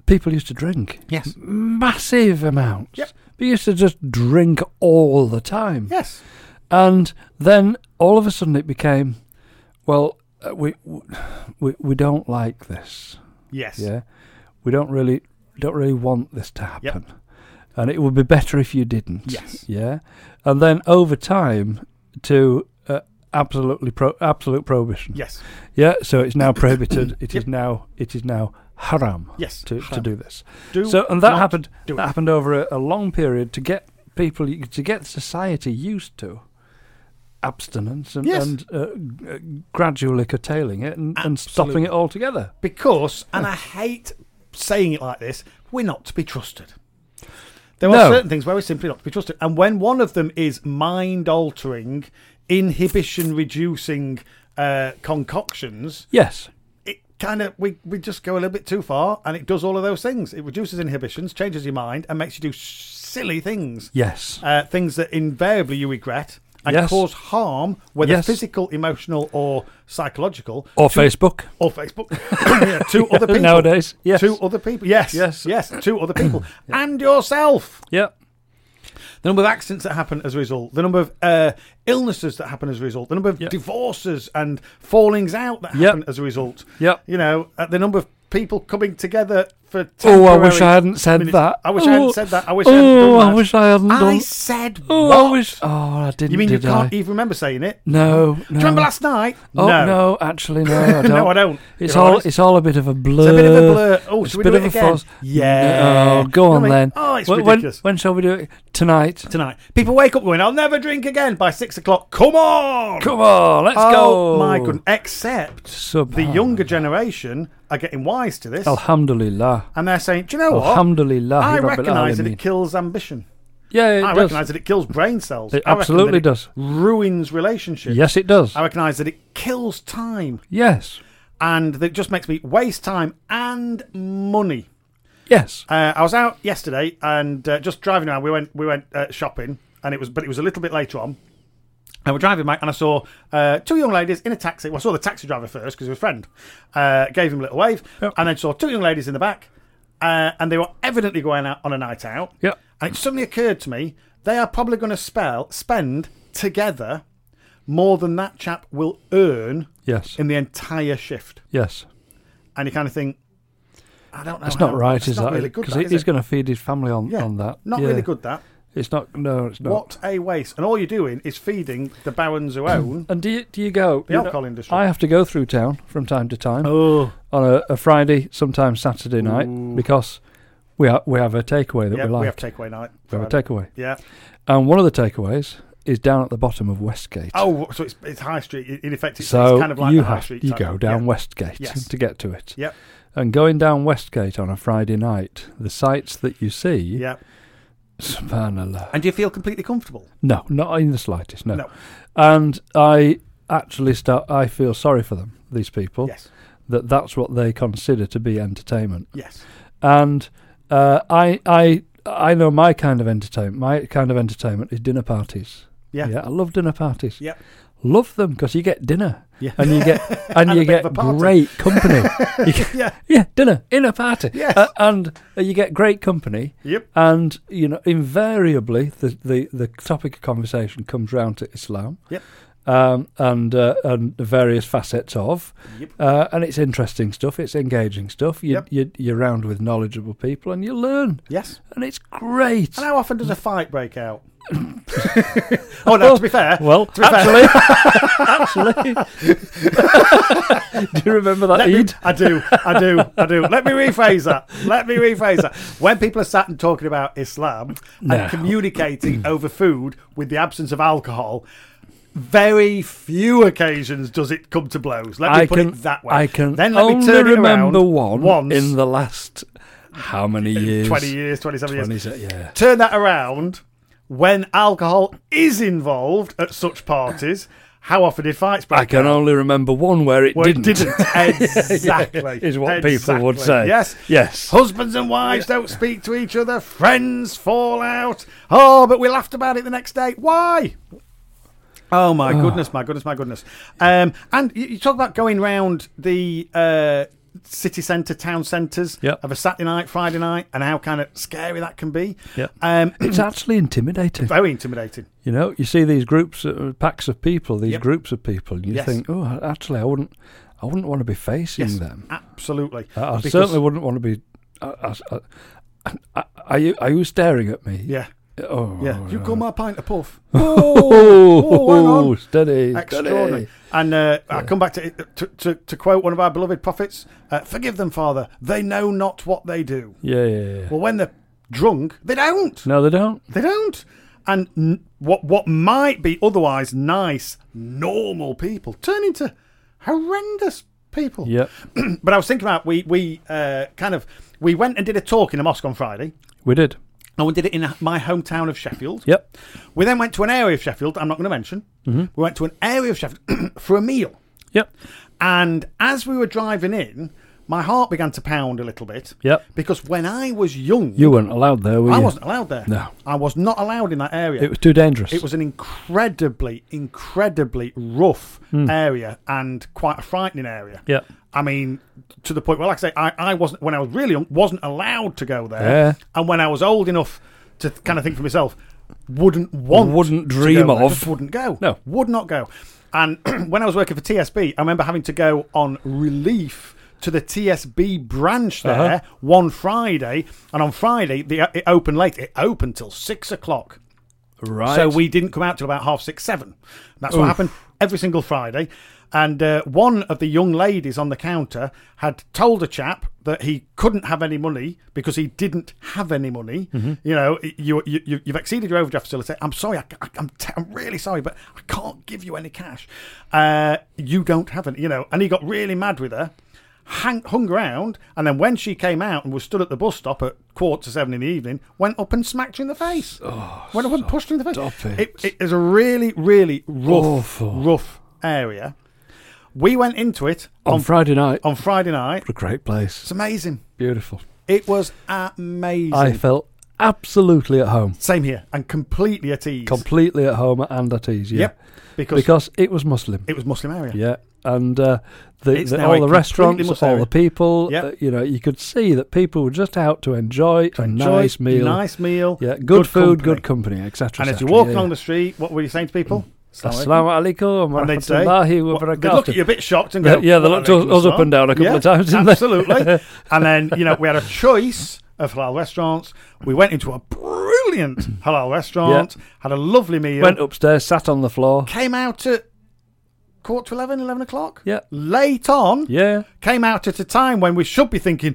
people used to drink Yes. massive amounts. Yep. They used to just drink all the time. Yes. And then all of a sudden it became, well, uh, we, we we don't like this. Yes. Yeah, we don't really don't really want this to Yep. happen, and it would be better if you didn't. Yes. Yeah, and then over time to uh, absolutely pro- absolute prohibition. Yes. Yeah. So it's now (coughs) prohibited. It is now it is now haram. Yes, To, to haram. do this. Do so and that not happened. do That it. happened over a, a long period to get people to get society used to abstinence and, Yes. and uh, g- uh, gradually curtailing it and, and stopping it altogether. Because, and Hmm. I hate saying it like this, we're not to be trusted. There No. are certain things where we're simply not to be trusted. And when one of them is mind altering, inhibition reducing uh, concoctions, Yes. it kind of, we, we just go a little bit too far and it does all of those things. It reduces inhibitions, changes your mind, and makes you do silly things. Yes. Uh, things that invariably you regret and Yes. cause harm, whether Yes. physical, emotional, or psychological, or Facebook. (coughs) or Facebook Yeah, to other people Nowadays, yes. to other people. Yes, Yes. yes, to (coughs) other people and yourself. Yep. The number of accidents that happen as a result, the number of uh, illnesses that happen as a result, the number of Yep. divorces and fallings out that Yep. happen as a result. Yep. you know, uh, the number of people coming together for Oh, I wish I temporary hadn't said minutes. that. I wish I hadn't Oh, said that. I wish I hadn't Oh, done I that. wish I hadn't I done. said Oh, what? I wish. Oh, I didn't. You mean you did can't e I? even remember saying it? No, no. Do you remember last night? Oh no. actually, no, (laughs) I don't. No, I don't. It's You're all. honest. It's all a bit of a blur. It's a bit of a blur. Oh, It's should a we bit do of it a again? false. Yeah. Oh, go You on know what I mean? then. Oh, it's when, when- ridiculous. When, shall we do it? Tonight. Tonight, people wake up going, "I'll never drink again." By six o'clock, come on, Come on, let's oh, go. Oh. my goodness! Except the Subhanallah. younger generation are getting wise to this, Alhamdulillah. and they're saying, "Do you know what? Alhamdulillah. I Rabbil recognise that Alameen. it kills ambition. Yeah, it I does. recognise that it kills brain cells. It I reckon absolutely that it does. Ruins relationships. Yes, it does. I recognise that it kills time, Yes, and that just makes me waste time and money. yes. Uh, I was out yesterday and uh, just driving around. We went we went uh, shopping, and it was but it was a little bit later on. And we're driving back, and I saw uh, two young ladies in a taxi. Well, I saw the taxi driver first because he was a friend. Uh, gave him a little wave, and then saw two young ladies in the back, uh, and they were evidently going out on a night out. Yeah. And it suddenly occurred to me they are probably going to spell spend together more than that chap will earn Yes. in the entire shift. yes. And you kind of think, I don't know. That's not how- right, that's is not that? Really good. Because that, it is is it? going to feed his family on, on that. Not Yeah. really good that. It's not. No, Mm. it's not. What a waste. And all you're doing is feeding the barons who own. And do you do you go? The you know, alcohol industry. I have to go through town from time to time oh. on a, a Friday, sometimes Saturday night, because we ha- we have a takeaway that Yeah, we like. we have takeaway night. We have a Friday. takeaway, Yeah. and one of the takeaways is down at the bottom of Westgate. Oh, so it's, it's High Street. In- In effect, it's, so it's kind of like you the High have Street. you type. go down yeah. Westgate (laughs) Yes. to get to it, Yep. and going down Westgate on a Friday night, the sights that you see, Yeah. subhanallah, And do you feel completely comfortable? No, not in the slightest. No. No. And I actually start. I feel sorry for them. These people. Yes. That that's what they consider to be entertainment. Yes. And uh, I I I know my kind of entertainment. My kind of entertainment is dinner parties. Yeah. Yeah. I love dinner parties. Yep. Love them because you get dinner. Yeah. And you (laughs) get and, a you bit get of a party. great company. (laughs) You get- Yeah. yeah, dinner in a party. Yes. Uh, and uh, you get great company. Yep. And you know, invariably, the the, the topic of conversation comes round to Islam. Yep. Um, and uh, and the various facets of, Yep. uh, and it's interesting stuff. It's engaging stuff. You, Yep. you you're round with knowledgeable people, and you learn, Yes. and it's great. (laughs) And how often does a fight break out? oh, no, to be fair. Well, to be fair, actually, actually, do you remember that? Let me, Eid? (laughs) I do, I do, I do. Let me rephrase that. Let me rephrase that. When people are sat and talking about Islam No. and communicating over food with the absence of alcohol, very few occasions does it come to blows. Let me I put can it that way. I can then let only me turn it around remember one once in the last how many years? (laughs) twenty years, twenty-seven years. 20, yeah. Turn that around. When alcohol is involved at such parties, how often did fights break? I can out? only remember one where it Well, didn't. (laughs) it didn't. (laughs) Exactly. Is what people would say. Exactly. Yes. Yes. Husbands and wives don't speak to each other. Friends fall out. Oh, but we laughed about it the next day. Why? Oh my Ah. goodness, my goodness, my goodness. Um, and you, you talk about going round the uh, city centre, town centres Yep. of a Saturday night, Friday night, and how kind of scary that can be. Yep. Um, (coughs) It's actually intimidating. very intimidating. You know, you see these groups, uh, packs of people, these Yep. groups of people, and you Yes. think, oh, actually, I wouldn't, I wouldn't want to be facing Yes, them. Uh, absolutely. I, I Because- certainly wouldn't want to be. I, I, I, I, are you are you staring at me? Yeah, Oh. yeah. (laughs) You call my pint a puff. Oh, Oh, hang on. steady, extraordinary. steady. And uh, I come back to, to to to quote one of our beloved prophets: uh, "Forgive them, Father; they know not what they do." Yeah, yeah, yeah. Well, when they're drunk, they don't. No, they don't. They don't. And n- what what might be otherwise nice, normal people turn into horrendous people. Yep. (clears throat) But I was thinking about we we uh, kind of we went and did a talk in a mosque on Friday. We did. And we did it in my hometown of Sheffield. Yep. Mm-hmm. We then went to an area of Sheffield. I'm not going to mention. We went to an area of Sheffield (clears throat) for a meal. Yep. And as we were driving in, my heart began to pound a little bit. Yep. Because when I was young, You weren't allowed there, were I you? wasn't allowed there. No. I was not allowed in that area. It was too dangerous. It was an incredibly, incredibly rough Hmm. area and quite a frightening area. Yep. I mean, to the point where, like I say, I, I wasn't when I was really young, wasn't allowed to go there, Yeah. and when I was old enough to th- kind of think for myself, wouldn't want, Wouldn't to go dream there, of. just wouldn't go, No. (clears throat) would not go. And when I was working for TSB, I remember having to go on relief to the TSB branch Uh-huh. there one Friday, and on Friday the, uh, it opened late. It opened till six o'clock. Right. So we didn't come out till about half six, seven. That's what happened every single Friday. And uh, one of the young ladies on the counter had told a chap that he couldn't have any money because he didn't have any money. You know, you, you, you- you've exceeded your overdraft facility. I'm sorry, I, am t- I'm really sorry, but I can't give you any cash. Uh, you don't have any, you know. And he got really mad with her hang, hung around, and then when she came out and was stood at the bus stop at quarter to seven in the evening, went up and smacked her in the face. went up and pushed her in the face. stop it. It, is a really, really rough, Awful. rough area. We went into it on, on, Friday night. on Friday night. what a great place. It's amazing. Beautiful. It was amazing. I felt absolutely at home. Same here, and completely at ease. Completely at home and at ease. Yeah. Yep, because, Because it was Muslim. it was Muslim area. Yeah, and uh, the, It's the, now a all the completely restaurants, Muslim all area. the people. Yep. uh, you know, you could see that people were just out to enjoy a Enjoy, nice meal. nice meal. yeah, good, food, company. good company, etc. And as you walk along the street, what were you saying to people? Mm. Assalamu alaikum wa and they'd say, rahmatullahi wa what- they'd look at barakatuh. you a bit shocked and Yeah, go, yeah, they "Wa looked us- alaikum us up and assalam." down a couple Yeah, of times, (laughs) didn't they? (laughs) Absolutely. and then, you know, we had a choice of halal restaurants. We went into a brilliant halal restaurant, had a lovely meal, Went upstairs, sat on the floor. came out at quarter to 11, 11 o'clock. Yeah. Late on, Yeah, came out at a time when we should be thinking,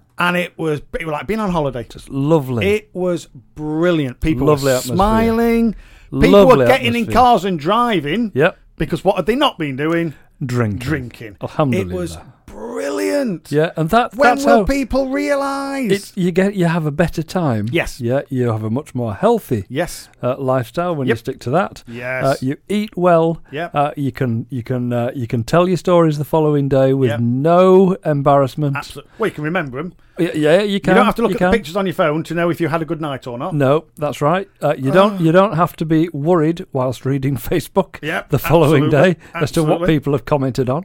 (gasps) and it was, it was like being on holiday. it's lovely. It was brilliant. People Lovely were atmosphere. smiling. People were Lovely getting in atmosphere. cars and driving. yep, Because what had they not been doing? drink, Drinking. It Alhamdulillah. was brilliant. Yeah, and that When that's will how people realise? it's, you get you have a better time. Yes. Yeah, you have a much more healthy yes. uh, lifestyle when you Yep. stick to that. Yes. Uh, you eat well. Yep. Uh, you can you can uh, you can tell your stories the following day with Yep. no embarrassment. Absolutely. Well, you can remember them. Y- Yeah, you can. you don't have to look at can. the pictures on your phone to know if you had a good night or not. No, that's right. Uh, you don't you don't have to be worried whilst reading (laughs) Facebook Yep, the following absolutely, day as to what absolutely. people have commented on.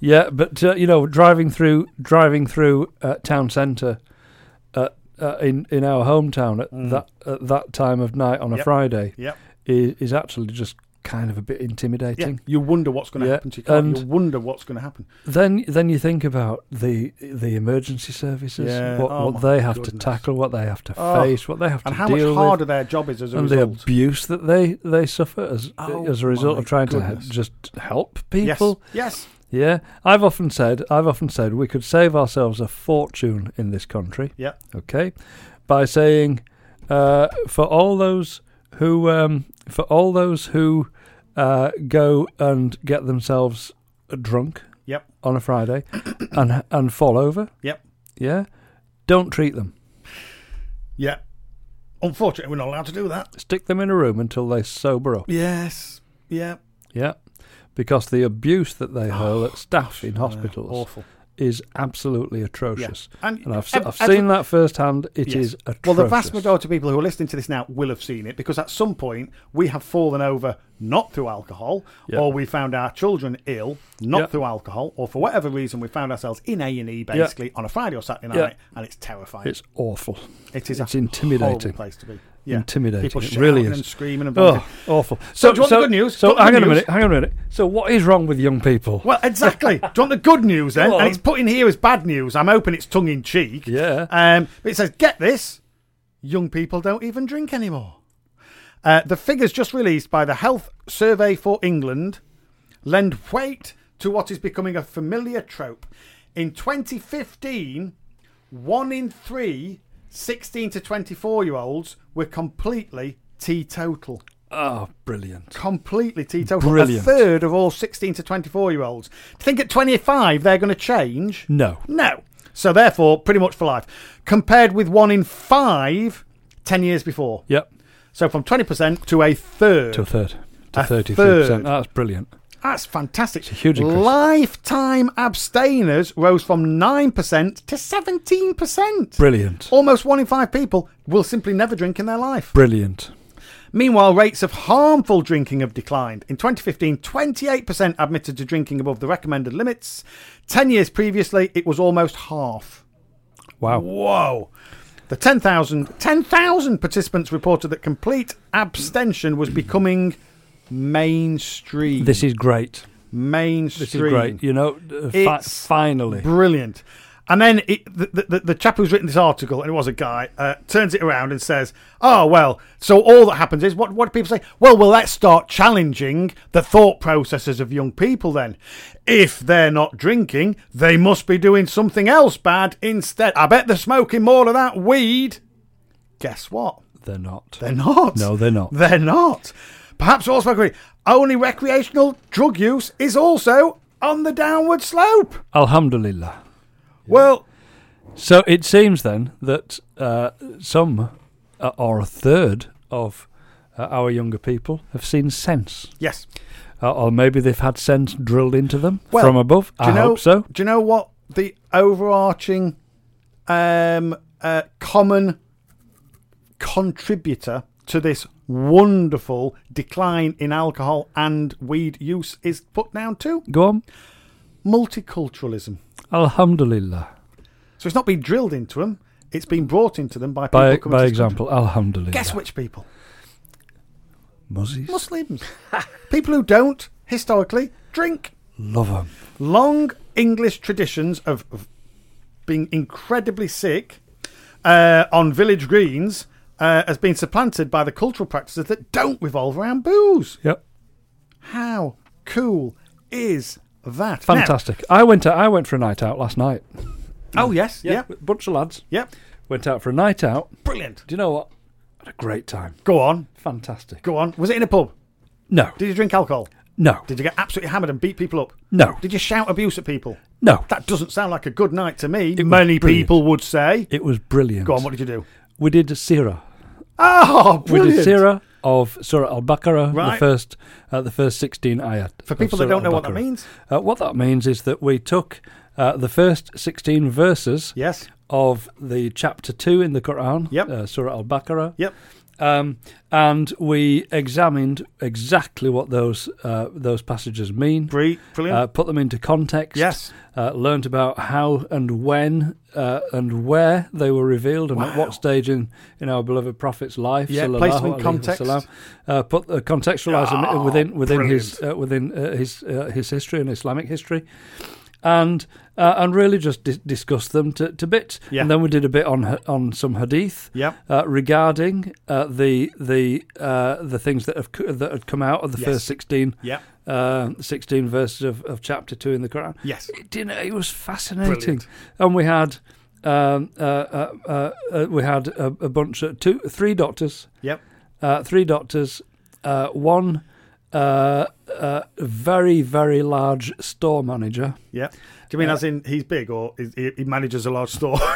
Yeah, but uh, you know, driving through driving through uh, town centre uh, uh, in in our hometown at that at that time of night on a Mm. Yep. Friday Yep. is, is actually just kind of a bit Yeah. intimidating. You wonder what's going to Yeah, happen to your car. and- you wonder what's going to happen. Then then you think about the the emergency services, Yeah, what, oh what my they have to goodness. tackle, what they have to Oh, face, what they have to And how much deal with. harder their job is as a and the result. abuse that they they suffer as Oh, as a result my of trying goodness. to he- just help yes. people. Yes. Yeah, I've often said I've often said we could save ourselves a fortune in this country. Yeah. Okay, by saying uh, for all those who um, for all those who uh, go and get themselves drunk Yep. on a Friday and and fall over. Yep. Yeah, don't treat them. Yeah. Unfortunately, we're not allowed to do that. Stick them in a room until they sober up. Yes. Yeah. Yeah, because the abuse that they hurl (sighs) at staff in hospitals Awful. is absolutely atrocious. And And, I've, s ev- have every- seen that firsthand. It is Yes. atrocious. Well, the vast majority of people who are listening to this now will have seen it because at some point we have fallen over not through alcohol, Yeah. or we found our children ill not Yeah. through alcohol, or for whatever reason we found ourselves in A and E basically on a Friday or Saturday night, Yeah. and it's terrifying. It's awful. it is it's a intimidating. horrible place to be. Yeah. Intimidating. People it really shouting is. and screaming and oh, vomiting. awful. So do you want the good news? Do So you want hang the on a good minute. Hang on a minute. So what is wrong with young people? Well, (laughs) exactly. Do you want the good news then? Go And on. it's put in here as bad news. I'm hoping it's tongue in cheek. Yeah. Um, but it says, get this young people don't even drink anymore. Uh, the figures just released by the Health Survey for England lend weight to what is becoming a familiar trope. In 2015, one in three 16 to 24 year olds were completely teetotal oh, brilliant. completely teetotal. Brilliant. A third of all 16 to 24 year olds. Do you think at 25 they're going to change? No. No. So therefore, pretty much for life. Compared with one in five 10 years before. Yep. So from 20% to a third. To a third. To A 33%. third. That's brilliant. That's fantastic. a huge increase. Lifetime abstainers rose from 9% to 17%. Brilliant. Almost one in five people will simply never drink in their life. Brilliant. Meanwhile, rates of harmful drinking have declined. In 2015, 28% admitted to drinking above the recommended limits. 10 years previously, it was almost half. Wow. Whoa. The 10,000 10,000 participants reported that complete abstention was becoming mainstream. This is great. Main This is Stream. great. You know, uh, fi- It's finally. Brilliant. And then it, the, the, the chap who's written this article, and it was a guy, uh, turns it around and says, "Oh well, so all that happens is what? What do people say? Well, well, let's start challenging the thought processes of young people. Then, if they're not drinking, they must be doing something else bad instead. I bet they're smoking more of that weed. Guess what? they're not. They're not. No, they're not. They're not. Perhaps all smoking weed. Only recreational drug use is also on the downward slope. Alhamdulillah. Well." So it seems then that uh, some uh, or a third of uh, our younger people have seen sense, Yes. uh, or maybe they've had sense drilled into them Well, from above. Do I you know, hope so. Do you know what the overarching um, uh, common contributor to this wonderful decline in alcohol and weed use is put down to? Go on. Multiculturalism. Alhamdulillah. So it's not been drilled into them, it's been brought into them by people By, coming by to this country. example, Alhamdulillah. Guess which people? Muzzies. Muslims. (laughs) people who don't, historically, drink. Love 'em. long English traditions of of being incredibly sick uh, on village greens uh, has been supplanted by the cultural practices that don't revolve around booze. Yep. How cool is that? Fantastic. I went. I went for a night out last night. Now- oh yes, yep, with a bunch of lads yep, went out for a night out. brilliant. Do you know what? Had a great time. Go on, Fantastic. go on. Was it in a pub? No. Did you drink alcohol? no. Did you get absolutely hammered and beat people up? No. Did you shout abuse at people? no. That doesn't sound like a good night to me. was Many brilliant. people would say. it was brilliant. Go on, what did you do? we did a sirah. Oh, Ah, We brilliant. did Sirah of Surah Al Baqarah, the Right. first uh, the first sixteen ayat. For of people that Surah don't know what that Al-Baqarah. means. uh, what that means is that we took uh, the first sixteen verses Yes. of the chapter two in the Quran, Yep. uh, Surah Al Baqarah, Yep. um, and we examined exactly what those uh, those passages mean. Bri- Brilliant. Uh, put them into context. Yes. Uh, learnt about how and when uh, and where they were revealed and at what stage in, in our beloved prophet's life. Yeah, sallallahu place them in alaihi context. Ah, wasallam. Uh, put uh, contextualise them within within his uh, within uh, his uh, his history and Islamic history. And uh, and really just dis- discuss them to, to bits, Yeah. and then we did a bit on ha- on some hadith Yep. uh, regarding uh, the the uh, the things that have co- that had come out of the Yes. first sixteen Yep. uh, 16 verses of, of chapter 2 in the Quran. Yes. It, didn't, it was fascinating. And we had. Um, uh, uh, uh, uh, we had a, a bunch of two, three doctors, Yep. uh, three doctors, uh, one uh, uh, very, very large store manager. Yep. Do Uh, you mean as in he's big or is, he, he manages a large store? (laughs)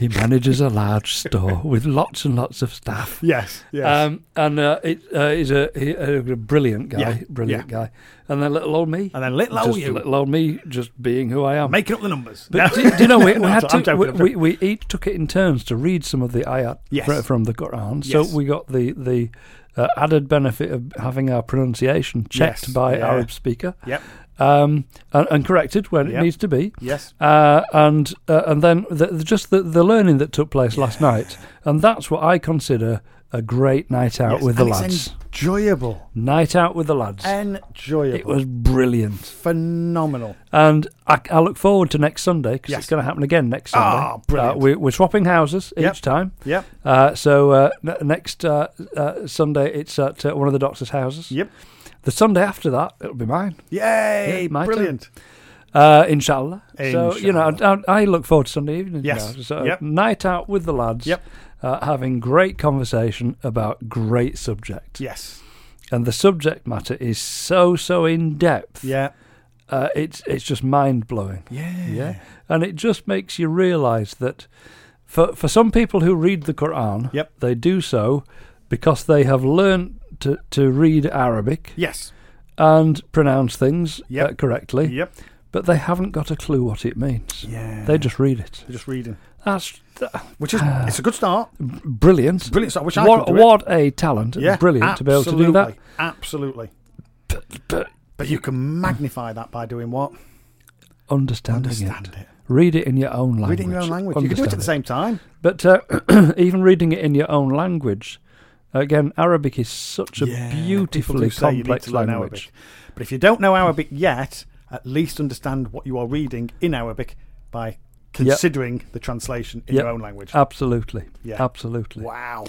He manages a large store with lots and lots of staff. yes. Yes. Um, and uh, it, uh, he's a, he, a brilliant guy, Yeah, brilliant yeah. guy. And then little old me. and then little old just you little old me just being who I am. making up the numbers. But do, do you (laughs) know we, we No, had I'm to joking, I'm we, joking. we, we each took it in turns to read some of the ayat Yes. fr- from the Quran. So Yes. we got the the uh, added benefit of having our pronunciation checked Yes, by yeah. Arab speaker, Yep. um, and, and corrected when Yep. it needs to be. Yes. Uh, and uh, and then the, the- just the, the learning that took place last night, and that's what I consider a great night out Yes. Uh, with the And it's lads. Enjoyable. Night out with the lads. Enjoyable. It was brilliant, phenomenal. and I, I look forward to next Sunday because Yes. it's going to happen again next Sunday. Ah, brilliant. Uh, we, we're swapping houses Yep. each time. Yep. Uh, so uh, n- next uh, uh, Sunday, it's at uh, one of the doctor's houses. Yep. The Sunday after that, it'll be mine, Yay! Yeah, my brilliant. uh, inshallah. So you know, I, I look forward to Sunday evening. Yes. now. So Yep. night out with the lads. Yep. Uh, having great conversation about great subject, Yes. and the subject matter is so so in depth. Yeah. Uh, it's it's just mind blowing. Yeah. Yeah. And it just makes you realize that for for some people who read the Quran, Yep. they do so because they have learnt to, to read Arabic Yes. and pronounce things Yep. uh, correctly, Yep. but they haven't got a clue what it means. Yeah. They just read it. They're just reading, That's th- (sighs) which is it's a good start. brilliant. Brilliant start. Which I What, could do it. what a talent. Yeah. brilliant to be able to do that. Absolutely. But But you can magnify that by doing what? understanding Understand it. Read it in your own language. Reading your own language. You can do it at the Understand (clears throat) same time. But uh, even reading it in your own language Again, Arabic is such a Yeah, beautifully people do say you need complex to learn language. Arabic. But if you don't know Arabic yet, at least understand what you are reading in Arabic by considering the translation in your Yep. Uh, own language. Absolutely. Yeah. Absolutely. wow.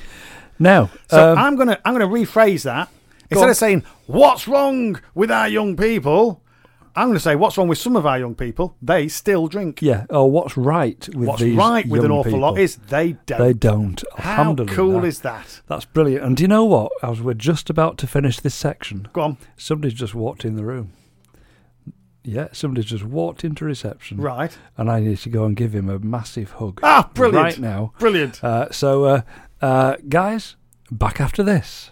Now, So um, I'm gonna I'm gonna rephrase that. Instead on. of saying what's wrong with our young people, I'm gonna say what's wrong with some of our young people. They still drink. yeah, oh, what's right with what's these right with an young awful lot people? is they don't. they don't. How Alhamdulillah. cool is that? That's brilliant. And do you know what? As we're just about to finish this section, Go on. somebody's just walked in the room. Yeah, somebody's just walked into reception. Right. And I need to go and give him a massive hug. Ah, brilliant. Right now. Brilliant. Uh, so, uh, uh, guys, back after this.